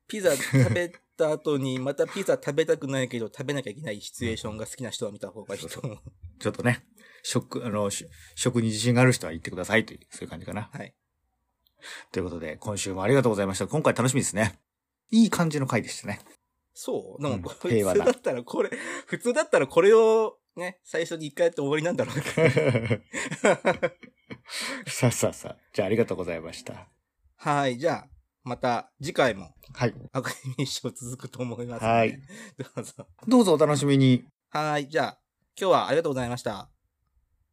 ピザ食べた後に、 またピザ食べたくないけど食べなきゃいけないシチュエーションが好きな人は見た方がいいと思う。
ちょっとね、食、あの、し食に自信がある人は行ってくださいという、そういう感じかな。
はい。
ということで、今週もありがとうございました。今回楽しみですね。いい感じの回でしたね。
そうでも、
うん
これ
平和
普
だ
通だったらこれ、普通だったらこれをね、最初に一回やって終わりなんだろうけど
さあさあさあ。じゃあありがとうございました。
はい、じゃあ、また次回も
はい。
アカデミー賞続くと思います、
はい。
どうぞ。
どうぞお楽しみに。
はい、じゃあ、今日はありがとうございました。